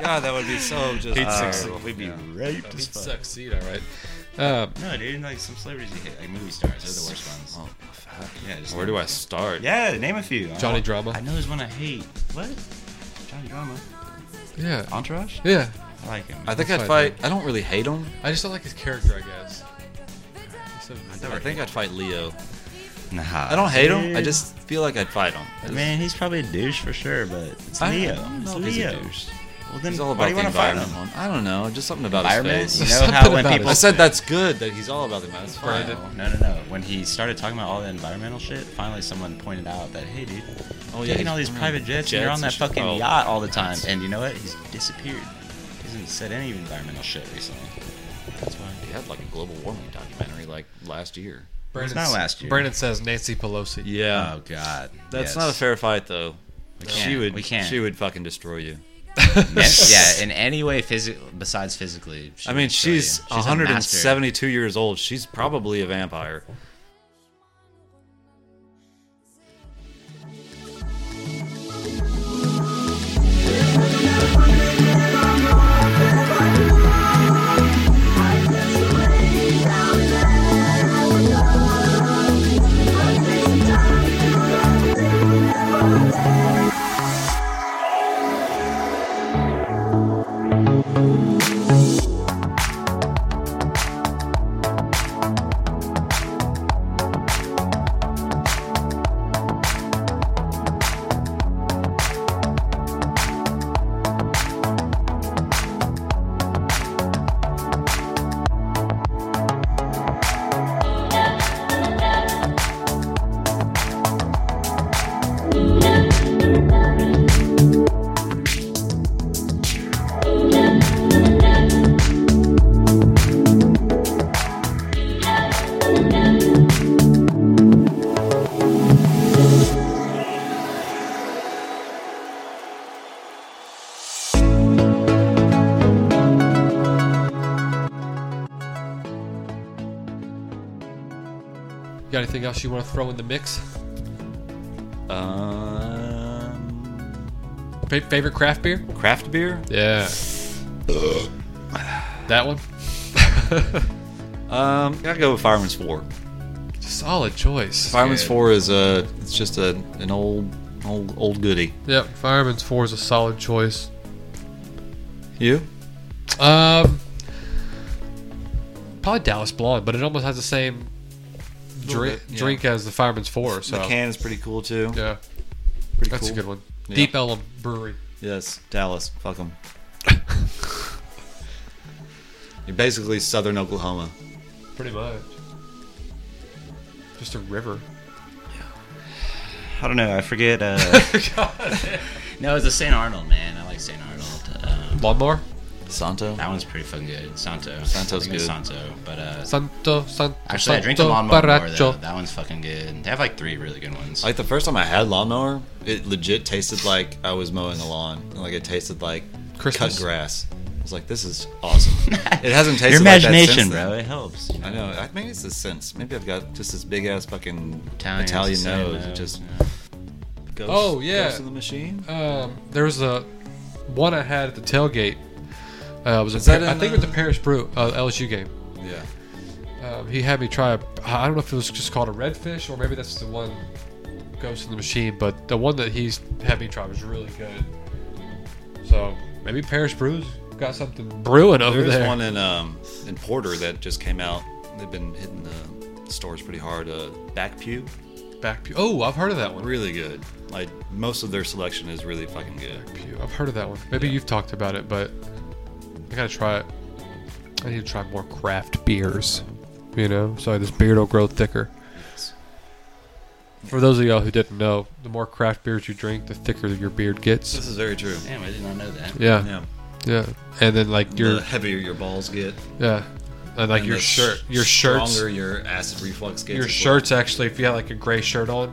[SPEAKER 3] God, that would be so just. uh,
[SPEAKER 1] He'd
[SPEAKER 3] terrible.
[SPEAKER 1] succeed.
[SPEAKER 2] We'd be
[SPEAKER 3] Yeah.
[SPEAKER 2] raped
[SPEAKER 1] He'd
[SPEAKER 2] as fuck.
[SPEAKER 1] succeed, all right. Um,
[SPEAKER 2] No, dude. Like some celebrities you hit, like movie stars, they're the worst ones.
[SPEAKER 3] Oh, fuck.
[SPEAKER 2] Yeah. Just
[SPEAKER 3] Where do I start?
[SPEAKER 2] Yeah, name a few. I
[SPEAKER 1] Johnny
[SPEAKER 2] know-
[SPEAKER 1] Drama.
[SPEAKER 2] I know there's one I hate. What? Johnny Drama.
[SPEAKER 1] yeah.
[SPEAKER 2] Entourage.
[SPEAKER 1] Yeah.
[SPEAKER 2] I like him.
[SPEAKER 3] I
[SPEAKER 2] man.
[SPEAKER 3] think
[SPEAKER 1] That's
[SPEAKER 3] I'd
[SPEAKER 1] fine.
[SPEAKER 3] fight. I don't really hate him.
[SPEAKER 1] I just don't like his character, I guess. He's a-
[SPEAKER 3] I think I'd fight Leo.
[SPEAKER 2] Nah.
[SPEAKER 3] I don't hate him. I
[SPEAKER 2] dude.
[SPEAKER 3] just feel like I'd fight him.
[SPEAKER 2] Man, he's probably a douche for sure, but it's
[SPEAKER 3] I-
[SPEAKER 2] Leo.
[SPEAKER 3] I don't know
[SPEAKER 2] It's
[SPEAKER 3] if he's
[SPEAKER 2] Leo.
[SPEAKER 3] a douche.
[SPEAKER 2] Well, then
[SPEAKER 3] He's all
[SPEAKER 2] why
[SPEAKER 3] about
[SPEAKER 2] do you
[SPEAKER 3] the
[SPEAKER 2] want to fight
[SPEAKER 3] environment.
[SPEAKER 2] him?
[SPEAKER 3] I don't know. Just something about
[SPEAKER 2] Environment.
[SPEAKER 3] his
[SPEAKER 2] You
[SPEAKER 3] face.
[SPEAKER 2] know how
[SPEAKER 1] Something
[SPEAKER 2] when
[SPEAKER 1] about
[SPEAKER 2] people
[SPEAKER 1] it.
[SPEAKER 3] I said that's good that he's all about the environment. It's fine.
[SPEAKER 1] Brandon.
[SPEAKER 2] No, no, no. When he started talking about all the environmental shit, finally someone pointed out that, hey, dude,
[SPEAKER 3] Oh,
[SPEAKER 2] oh,
[SPEAKER 3] yeah,
[SPEAKER 2] yeah, taking all
[SPEAKER 3] he's
[SPEAKER 2] these private jets, and
[SPEAKER 3] jets
[SPEAKER 2] you're on
[SPEAKER 3] and
[SPEAKER 2] that
[SPEAKER 3] shit.
[SPEAKER 2] fucking
[SPEAKER 3] Oh,
[SPEAKER 2] yacht all the time.
[SPEAKER 3] that's-
[SPEAKER 2] And you know what? He's disappeared. He hasn't said any environmental shit recently. That's why.
[SPEAKER 3] He had like a global warming documentary like last year.
[SPEAKER 1] Brandon
[SPEAKER 2] not
[SPEAKER 1] s-
[SPEAKER 2] last year.
[SPEAKER 1] Brandon says Nancy Pelosi.
[SPEAKER 3] Yeah,
[SPEAKER 2] Oh, God.
[SPEAKER 3] that's
[SPEAKER 2] Yes.
[SPEAKER 3] not a fair fight though. She
[SPEAKER 2] can't.
[SPEAKER 3] would.
[SPEAKER 2] We can't.
[SPEAKER 3] She would fucking destroy you.
[SPEAKER 2] yeah, yeah, in any way physical besides physically. she
[SPEAKER 3] I mean,
[SPEAKER 2] would destroy you.
[SPEAKER 3] she's
[SPEAKER 2] a master.
[SPEAKER 3] 172 years old. She's probably a vampire.
[SPEAKER 1] You got anything else you want to throw in the mix?
[SPEAKER 3] Um,
[SPEAKER 1] Fa- favorite craft beer?
[SPEAKER 3] craft beer.
[SPEAKER 1] Yeah. that one?
[SPEAKER 3] Um, gotta go with Fireman's Four.
[SPEAKER 1] Solid choice.
[SPEAKER 3] Fireman's
[SPEAKER 2] Good.
[SPEAKER 3] Four is a. It's just a an old old old goodie.
[SPEAKER 1] Yep, Fireman's 4 is a solid choice.
[SPEAKER 3] You?
[SPEAKER 1] Um, Probably Dallas Blonde, but it almost has the same drink,
[SPEAKER 3] bit, yeah.
[SPEAKER 1] drink as the Fireman's 4, so.
[SPEAKER 3] The can is pretty cool too.
[SPEAKER 1] Yeah,
[SPEAKER 3] pretty
[SPEAKER 1] that's
[SPEAKER 3] cool.
[SPEAKER 1] a good one.
[SPEAKER 3] Yeah.
[SPEAKER 1] Deep Ellum Brewery.
[SPEAKER 3] Yes, Dallas. Fuck them. You're basically Southern Oklahoma.
[SPEAKER 1] Pretty much. Just a river.
[SPEAKER 2] I don't know. I forget. Uh, no, it's a St. Arnold, man. I like St. Arnold. Um,
[SPEAKER 1] Lawnmower?
[SPEAKER 3] Santo.
[SPEAKER 2] that one's pretty fucking good. Santo.
[SPEAKER 3] Santo's
[SPEAKER 2] I think it's
[SPEAKER 3] good.
[SPEAKER 2] Santo, but uh,
[SPEAKER 1] Santo, Santo,
[SPEAKER 2] actually, I drink the
[SPEAKER 1] Santo
[SPEAKER 2] lawnmower more, though.
[SPEAKER 1] Paracho.
[SPEAKER 2] That one's fucking good. They have like three really good ones.
[SPEAKER 3] Like the first time I had lawnmower, it legit tasted like I was mowing a lawn. And, Like it tasted like
[SPEAKER 1] Christmas.
[SPEAKER 3] cut grass. I was like, this is awesome. it hasn't tasted
[SPEAKER 2] Your
[SPEAKER 3] like that
[SPEAKER 2] imagination,
[SPEAKER 3] since then.
[SPEAKER 2] bro. It helps. you
[SPEAKER 3] I know. I think it's the sense. Maybe I've got just this big ass fucking
[SPEAKER 2] Italians,
[SPEAKER 3] Italian
[SPEAKER 2] Italian
[SPEAKER 3] nose. It
[SPEAKER 2] nose,
[SPEAKER 3] just
[SPEAKER 2] yeah.
[SPEAKER 3] Ghost,
[SPEAKER 1] Oh, yeah.
[SPEAKER 3] Ghost in the Machine.
[SPEAKER 1] Um, there was a one I had at the tailgate. Uh, it was a
[SPEAKER 3] Is that
[SPEAKER 1] Par- I
[SPEAKER 3] in,
[SPEAKER 1] think it was
[SPEAKER 3] uh,
[SPEAKER 1] a Paris Brew uh, LSU game.
[SPEAKER 3] Yeah.
[SPEAKER 1] Um, he had me try. A, I don't know if it was just called a redfish or maybe that's the one Ghost in the Machine, but the one that he's had me try was really good. So maybe Paris Brews got something brewing over
[SPEAKER 3] There's
[SPEAKER 1] there.
[SPEAKER 3] one in um, in Porter that just came out. They've been hitting the stores pretty hard. Uh, Back Pew,
[SPEAKER 1] Back pew. Oh, I've heard of that one.
[SPEAKER 3] really good. Like most of their selection is really fucking good.
[SPEAKER 1] Pew. I've heard of that one. Maybe you've talked about it, but I gotta try it. I need to try more craft beers. You know, so this beard will grow thicker. For those of y'all who didn't know, the more craft beers you drink, the thicker your beard gets.
[SPEAKER 3] This is very true.
[SPEAKER 2] Damn, I did not know that.
[SPEAKER 1] Yeah, yeah.
[SPEAKER 3] Yeah.
[SPEAKER 1] And then like your
[SPEAKER 3] the heavier your balls get,
[SPEAKER 1] yeah, and like
[SPEAKER 3] and
[SPEAKER 1] your
[SPEAKER 3] the
[SPEAKER 1] shirt,
[SPEAKER 3] s-
[SPEAKER 1] your shirts,
[SPEAKER 3] stronger your acid reflux gets.
[SPEAKER 1] your
[SPEAKER 3] as well.
[SPEAKER 1] shirts actually. If you had like a gray shirt on,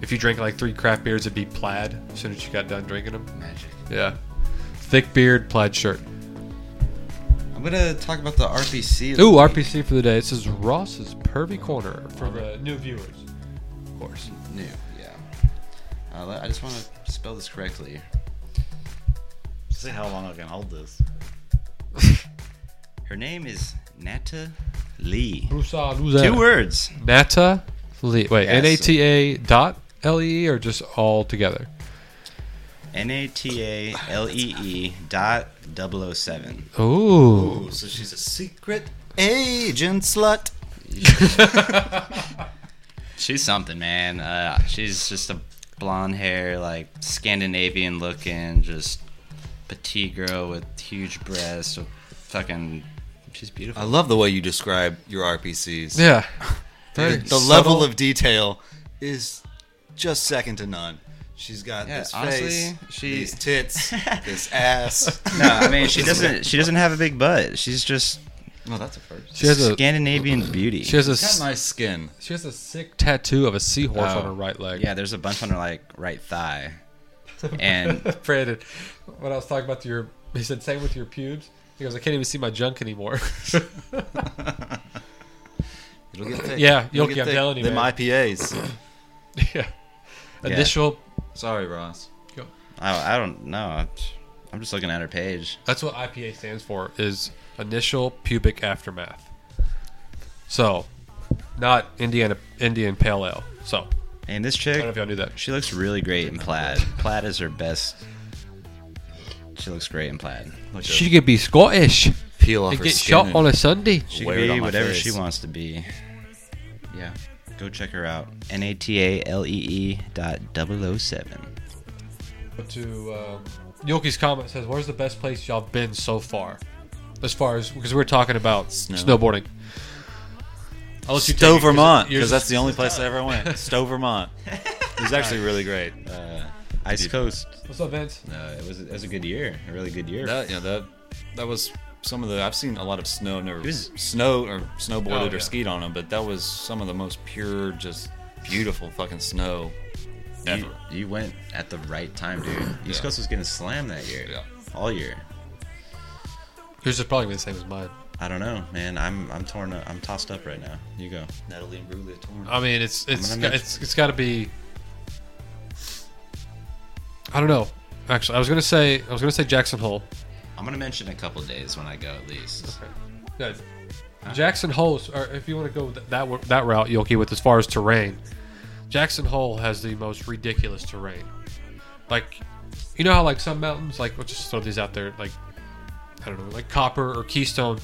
[SPEAKER 1] if you drink like three craft beers, it'd be plaid. As soon as you got done drinking them,
[SPEAKER 3] Mm.
[SPEAKER 2] Magic.
[SPEAKER 1] yeah, thick beard, plaid shirt.
[SPEAKER 2] I'm gonna talk about the RPC. of
[SPEAKER 1] Ooh,
[SPEAKER 2] the week.
[SPEAKER 1] RPC for the day. This is Ross's Pervy Corner for the new viewers. Of course.
[SPEAKER 2] New, yeah. Uh, let- I just want to spell this correctly.
[SPEAKER 3] See how long I can hold this.
[SPEAKER 2] Her name is Nata Lee.
[SPEAKER 1] Rusa
[SPEAKER 2] Two words.
[SPEAKER 1] Nata Lee. Wait,
[SPEAKER 2] Yes.
[SPEAKER 1] N-A-T-A dot L-E or just all together?
[SPEAKER 2] N A T A L E E dot 007.
[SPEAKER 1] Ooh.
[SPEAKER 3] Ooh, Oh, so she's a secret.
[SPEAKER 2] Agent slut. she's something, man. Uh, she's just a blonde hair, like Scandinavian looking, just petite girl with huge breasts. with Fucking, she's beautiful.
[SPEAKER 5] I love the way you describe your RPCs.
[SPEAKER 1] Yeah.
[SPEAKER 5] The,
[SPEAKER 1] Very
[SPEAKER 5] the level of detail is just second to none. She's got
[SPEAKER 2] Yeah,
[SPEAKER 5] this
[SPEAKER 2] honestly,
[SPEAKER 5] face,
[SPEAKER 2] she-
[SPEAKER 5] these tits, this ass.
[SPEAKER 2] No, I mean she doesn't. She doesn't have a big butt. She's just
[SPEAKER 5] no, that's a first.
[SPEAKER 1] She has a
[SPEAKER 2] Scandinavian beauty.
[SPEAKER 1] she has a
[SPEAKER 3] Got
[SPEAKER 1] s-
[SPEAKER 3] nice skin.
[SPEAKER 1] she has a sick tattoo of a seahorse
[SPEAKER 2] Oh.
[SPEAKER 1] on her right leg.
[SPEAKER 2] yeah, there's a bunch on her like right thigh, and
[SPEAKER 1] Brandon, when I was talking about your, he said same with your pubes. He goes, I can't even see my junk anymore.
[SPEAKER 5] It'll get thick.
[SPEAKER 1] yeah, you'll
[SPEAKER 5] It'll
[SPEAKER 1] get
[SPEAKER 5] thick.
[SPEAKER 1] melody,
[SPEAKER 5] Them
[SPEAKER 1] man.
[SPEAKER 5] IPAs.
[SPEAKER 1] yeah. Initial.
[SPEAKER 3] Sorry, Ross.
[SPEAKER 2] I, I don't know. I'm just looking at her page.
[SPEAKER 1] That's what IPA stands for is initial pubic aftermath. So, not Indiana Indian Pale Ale. So,
[SPEAKER 2] And this
[SPEAKER 1] I don't know
[SPEAKER 2] chick,
[SPEAKER 1] if y'all knew that.
[SPEAKER 2] she looks really great in plaid. Plaid is her best. She looks great in plaid.
[SPEAKER 3] Like
[SPEAKER 1] She could be Scottish
[SPEAKER 5] uh, Peel off
[SPEAKER 1] and
[SPEAKER 5] her
[SPEAKER 1] get
[SPEAKER 5] skin.
[SPEAKER 1] shot on a Sunday.
[SPEAKER 2] She
[SPEAKER 5] Wear
[SPEAKER 2] can
[SPEAKER 5] it on
[SPEAKER 2] be
[SPEAKER 5] my
[SPEAKER 2] whatever
[SPEAKER 5] face.
[SPEAKER 2] she wants to be. Yeah, go check her out. N a t a l e e dot 007.
[SPEAKER 1] To uh, Yoki's comment says, "Where's the best place y'all been so far?" As far as because we're talking about
[SPEAKER 3] Snow.
[SPEAKER 1] snowboarding. I'll
[SPEAKER 2] Oh,
[SPEAKER 1] let you take it,
[SPEAKER 3] Stowe,
[SPEAKER 1] 'cause
[SPEAKER 3] Vermont,
[SPEAKER 1] yours
[SPEAKER 3] because
[SPEAKER 1] is-
[SPEAKER 3] that's the only place I ever went. Stowe, Vermont. It was actually really great.
[SPEAKER 2] Ice Coast.
[SPEAKER 1] What's up, Vince?
[SPEAKER 2] Uh, it was it was a good year, a really good year.
[SPEAKER 3] That yeah, that that was some of the I've seen a lot of snow, never
[SPEAKER 2] was-
[SPEAKER 3] snow or snowboarded
[SPEAKER 1] Oh, yeah.
[SPEAKER 3] or skied on them, but that was some of the most pure, just beautiful fucking snow ever.
[SPEAKER 2] You, you went at the right time, dude. East
[SPEAKER 3] Yeah.
[SPEAKER 2] Coast was getting slammed that year.
[SPEAKER 3] Yeah.
[SPEAKER 2] All year.
[SPEAKER 1] Yours is probably gonna be the same as mine.
[SPEAKER 2] I don't know, man. I'm I'm torn up. I'm tossed up right now. You go.
[SPEAKER 3] Natalie and Brulia torn.
[SPEAKER 1] I mean, it's it's
[SPEAKER 2] gonna make-
[SPEAKER 1] it's, it's got to be. I don't know. Actually, I was gonna say I was gonna say Jackson Hole.
[SPEAKER 2] I'm gonna mention a couple days when I go at least.
[SPEAKER 1] Yeah. Uh-huh. Jackson Hole, or if you want to go that that, that route, Yoki, with as far as terrain, Jackson Hole has the most ridiculous terrain. Like, you know how like some mountains, like we'll just throw these out there, like I don't know, like Copper or Keystone,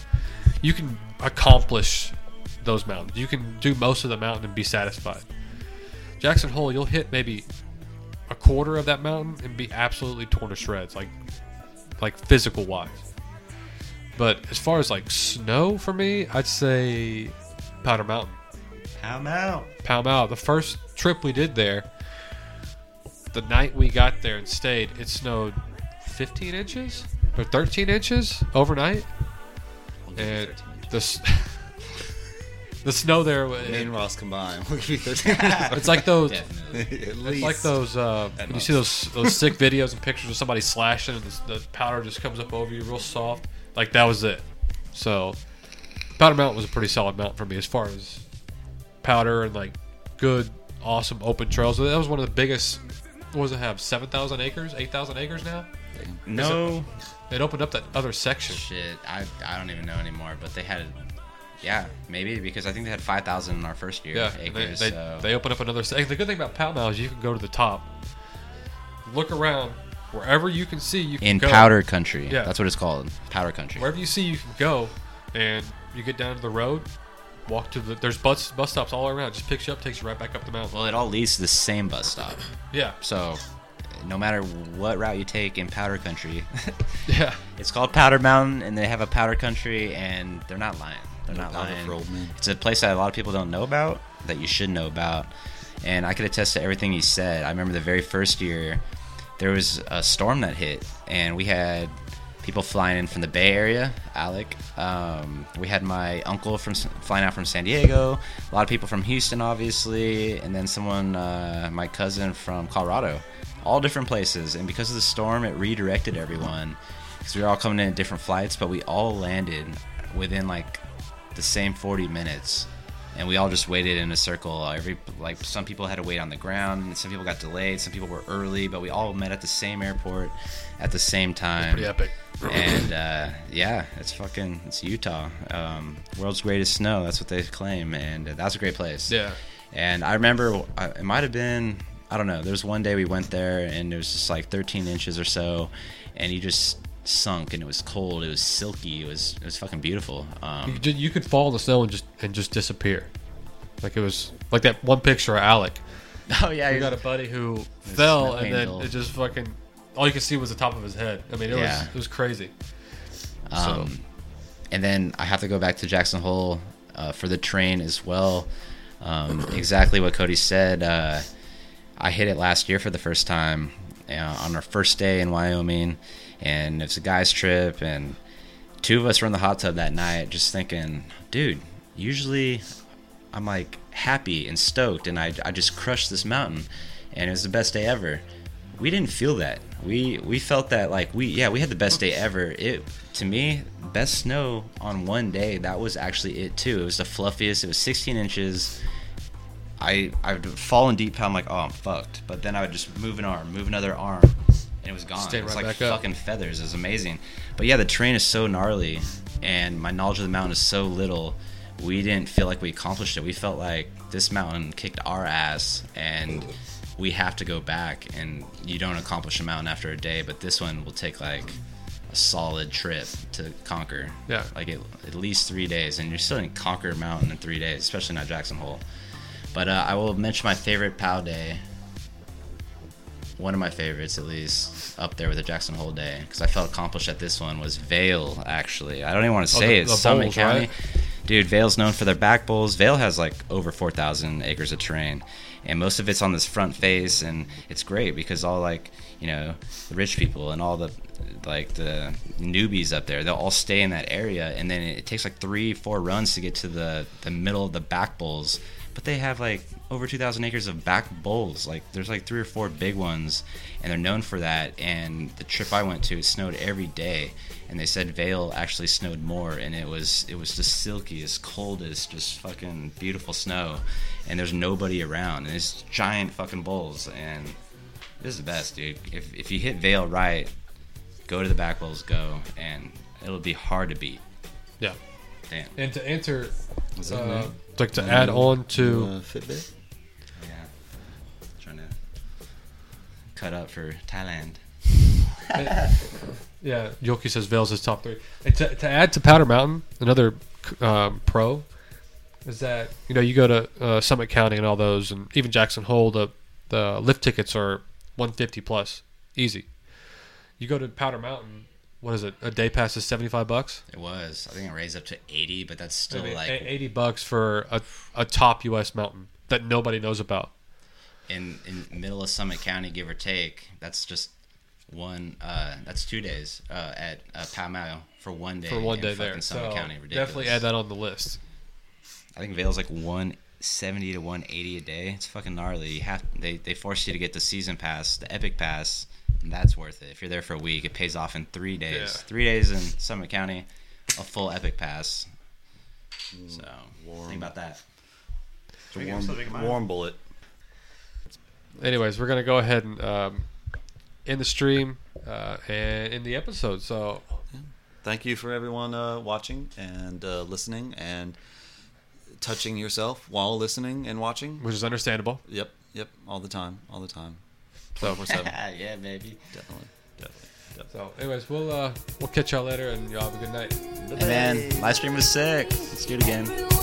[SPEAKER 1] you can accomplish those mountains. You can do most of the mountain and be satisfied. Jackson Hole, you'll hit maybe a quarter of that mountain and be absolutely torn to shreds, like like physical wise. But as far as like snow for me, I'd say Powder Mountain.
[SPEAKER 2] I'm out.
[SPEAKER 1] Pall Mall. The first trip we did there, the night we got there and stayed, it snowed 15 inches or 13 inches overnight. And the, s- the snow there, wa-
[SPEAKER 5] Me and Ross combined. We'll give you 13.
[SPEAKER 1] it's like those.
[SPEAKER 5] At
[SPEAKER 1] It's
[SPEAKER 5] least.
[SPEAKER 1] like those. Uh, when you see those those sick videos and pictures of somebody slashing, and the, the powder just comes up over you, real soft. Like that was it. So, Powder Mountain was a pretty solid mountain for me as far as powder and like good, awesome open trails. That was one of the biggest what does it have? Seven thousand acres, eight thousand acres now.
[SPEAKER 2] No
[SPEAKER 1] It opened up that other section.
[SPEAKER 2] shit. I I don't even know anymore. But they had, yeah, maybe because I think they had five thousand in our first year.
[SPEAKER 1] Yeah, and
[SPEAKER 2] acres.
[SPEAKER 1] they, they,
[SPEAKER 2] so.
[SPEAKER 1] they open up another. se- The good thing about Pall Mall is you can go to the top, look around wherever you can see. You can
[SPEAKER 2] in
[SPEAKER 1] go.
[SPEAKER 2] powder country.
[SPEAKER 1] Yeah.
[SPEAKER 2] That's what it's called. Powder country.
[SPEAKER 1] Wherever you see, you can go, and you get down to the road, walk to the. There's bus bus stops all around. Just picks you up, takes you right back up the mountain.
[SPEAKER 2] Well, it all leads to the same bus stop.
[SPEAKER 1] Yeah,
[SPEAKER 2] So, no matter what route you take in powder country,
[SPEAKER 1] yeah.
[SPEAKER 2] it's called Powder Mountain, and they have a powder country, and they're not lying. They're not
[SPEAKER 3] powder
[SPEAKER 2] lying.
[SPEAKER 3] for old men.
[SPEAKER 2] It's a place that a lot of people don't know about that you should know about. And I could attest to everything he said. I remember the very first year, there was a storm that hit, and we had people flying in from the Bay Area. Alec, um, we had my uncle from S- flying out from San Diego. A lot of people from Houston, obviously, and then someone, uh, my cousin from Colorado. All different places, and because of the storm, it redirected everyone because we were all coming in at different flights, but we all landed within like the same 40 minutes and we all just waited in a circle Uh, every like some people had to wait on the ground and some people got delayed some people were early but we all met at the same airport at the same time
[SPEAKER 1] Pretty epic.
[SPEAKER 2] and uh, yeah it's fucking it's utah um, world's greatest snow that's what they claim and that's a great place
[SPEAKER 1] Yeah.
[SPEAKER 2] and i remember I- it might have been i don't know there was one day we went there and it was just like 13 inches or so and you just sunk and it was cold it was silky it was it was fucking beautiful um,
[SPEAKER 1] You, did- you could fall in the snow and just and just disappear. Like it was like that one picture of Alec.
[SPEAKER 2] Oh yeah,
[SPEAKER 1] We
[SPEAKER 2] you
[SPEAKER 1] got a buddy who fell
[SPEAKER 2] snow
[SPEAKER 1] and then
[SPEAKER 2] angel.
[SPEAKER 1] it just fucking all you could see was the top of his head. I mean, it
[SPEAKER 2] Yeah.
[SPEAKER 1] was it was crazy.
[SPEAKER 2] Um, And then I have to go back to Jackson Hole uh, for the train as well. Um, exactly what Cody said. Uh, I hit it last year for the first time uh, on our first day in Wyoming, and it's a guys' trip. And two of us were in the hot tub that night, just thinking, dude. Usually, I'm like happy and stoked, and I, I just crushed this mountain, and it was the best day ever. We didn't feel that. We we felt that like we yeah we had the best day ever. It to me best snow on one day. That was actually it too. It was the fluffiest. It was 16 inches. I I would fall in deep. I'm like oh I'm fucked. But then I would just move an arm, move another arm, and it was gone.
[SPEAKER 1] Stay
[SPEAKER 2] it was
[SPEAKER 1] right
[SPEAKER 2] like
[SPEAKER 1] back up.
[SPEAKER 2] fucking feathers. It was amazing. But yeah, the terrain is so gnarly, and my knowledge of the mountain is so little. We didn't feel like we accomplished it. We felt like this mountain kicked our ass, and we have to go back. And you don't accomplish a mountain after a day, but this one will take like a solid trip to conquer.
[SPEAKER 1] Yeah.
[SPEAKER 2] like at, at least three days, and you're still in Conquer Mountain in three days, especially not Jackson Hole. But uh, I will mention my favorite POW day. One of my favorites, at least, up there with the Jackson Hole day, because I felt accomplished at this one was Vale. Actually, I don't even want to
[SPEAKER 1] Oh,
[SPEAKER 2] say
[SPEAKER 1] the-
[SPEAKER 2] it. It's
[SPEAKER 1] the
[SPEAKER 2] Summit
[SPEAKER 1] bowls,
[SPEAKER 2] County,
[SPEAKER 1] right?
[SPEAKER 2] dude. Vale's known for their back bowls. Vale has like over four thousand acres of terrain, and most of it's on this front face, and it's great because all like you know the rich people and all the like the newbies up there, they'll all stay in that area, and then it takes like three, four runs to get to the the middle of the back bowls but they have like over 2,000 acres of back bowls. Like there's like three or four big ones, and they're known for that. And the trip I went to, it snowed every day, and they said Vale actually snowed more, and it was it was the silkiest, coldest, just fucking beautiful snow. And there's nobody around, and it's giant fucking bowls, and this is the best, dude. If if you hit Vale right, go to the back bowls, go, and it'll be hard to beat.
[SPEAKER 1] Yeah.
[SPEAKER 2] Damn.
[SPEAKER 1] And to answer
[SPEAKER 3] that
[SPEAKER 1] uh,
[SPEAKER 3] new?
[SPEAKER 1] like to add on to
[SPEAKER 3] Uh, Fitbit.
[SPEAKER 2] Yeah. Trying to cut up for Thailand.
[SPEAKER 1] Yeah, Yoki says Vale's his top three. And to, to add to Powder Mountain, another um, pro is that you know you go to uh, Summit County and all those, and even Jackson Hole. The the lift tickets are one fifty plus, easy. You go to Powder Mountain. What is it? A day pass is seventy five bucks.
[SPEAKER 2] It was. I think it raised up to 80, but that's still
[SPEAKER 1] Maybe
[SPEAKER 2] like.
[SPEAKER 1] a- eighty bucks for a, a top U.S. mountain that nobody knows about.
[SPEAKER 2] in in middle of Summit County, give or take. That's just one. Uh, that's two days uh, at uh, Pall Mall for one day.
[SPEAKER 1] For one
[SPEAKER 2] in
[SPEAKER 1] day
[SPEAKER 2] fucking
[SPEAKER 1] there,
[SPEAKER 2] Summit
[SPEAKER 1] so
[SPEAKER 2] County, ridiculous.
[SPEAKER 1] definitely add that on the list.
[SPEAKER 2] I think Vale's like one seventy to one eighty a day. It's fucking gnarly. You have they they force you to get the season pass, the epic pass. And that's worth it. If you're there for a week, it pays off in three days.
[SPEAKER 1] Yeah.
[SPEAKER 2] Three days in Summit County, a full epic pass. So think about that.
[SPEAKER 3] Warm, warm bullet.
[SPEAKER 1] anyways, we're gonna go ahead and um, end the stream uh, and end the episode. So
[SPEAKER 3] Thank you for everyone uh, watching and uh, listening and touching yourself while listening and watching.
[SPEAKER 1] which is understandable.
[SPEAKER 3] Yep, yep, all the time, all the time,
[SPEAKER 1] So,
[SPEAKER 3] twenty four seven.
[SPEAKER 2] Ah, yeah, baby.
[SPEAKER 3] Definitely, definitely, definitely.
[SPEAKER 1] so anyways, we'll uh, we'll catch y'all later, and y'all have a good night.
[SPEAKER 2] Hey, man, live stream was sick. Let's do it again.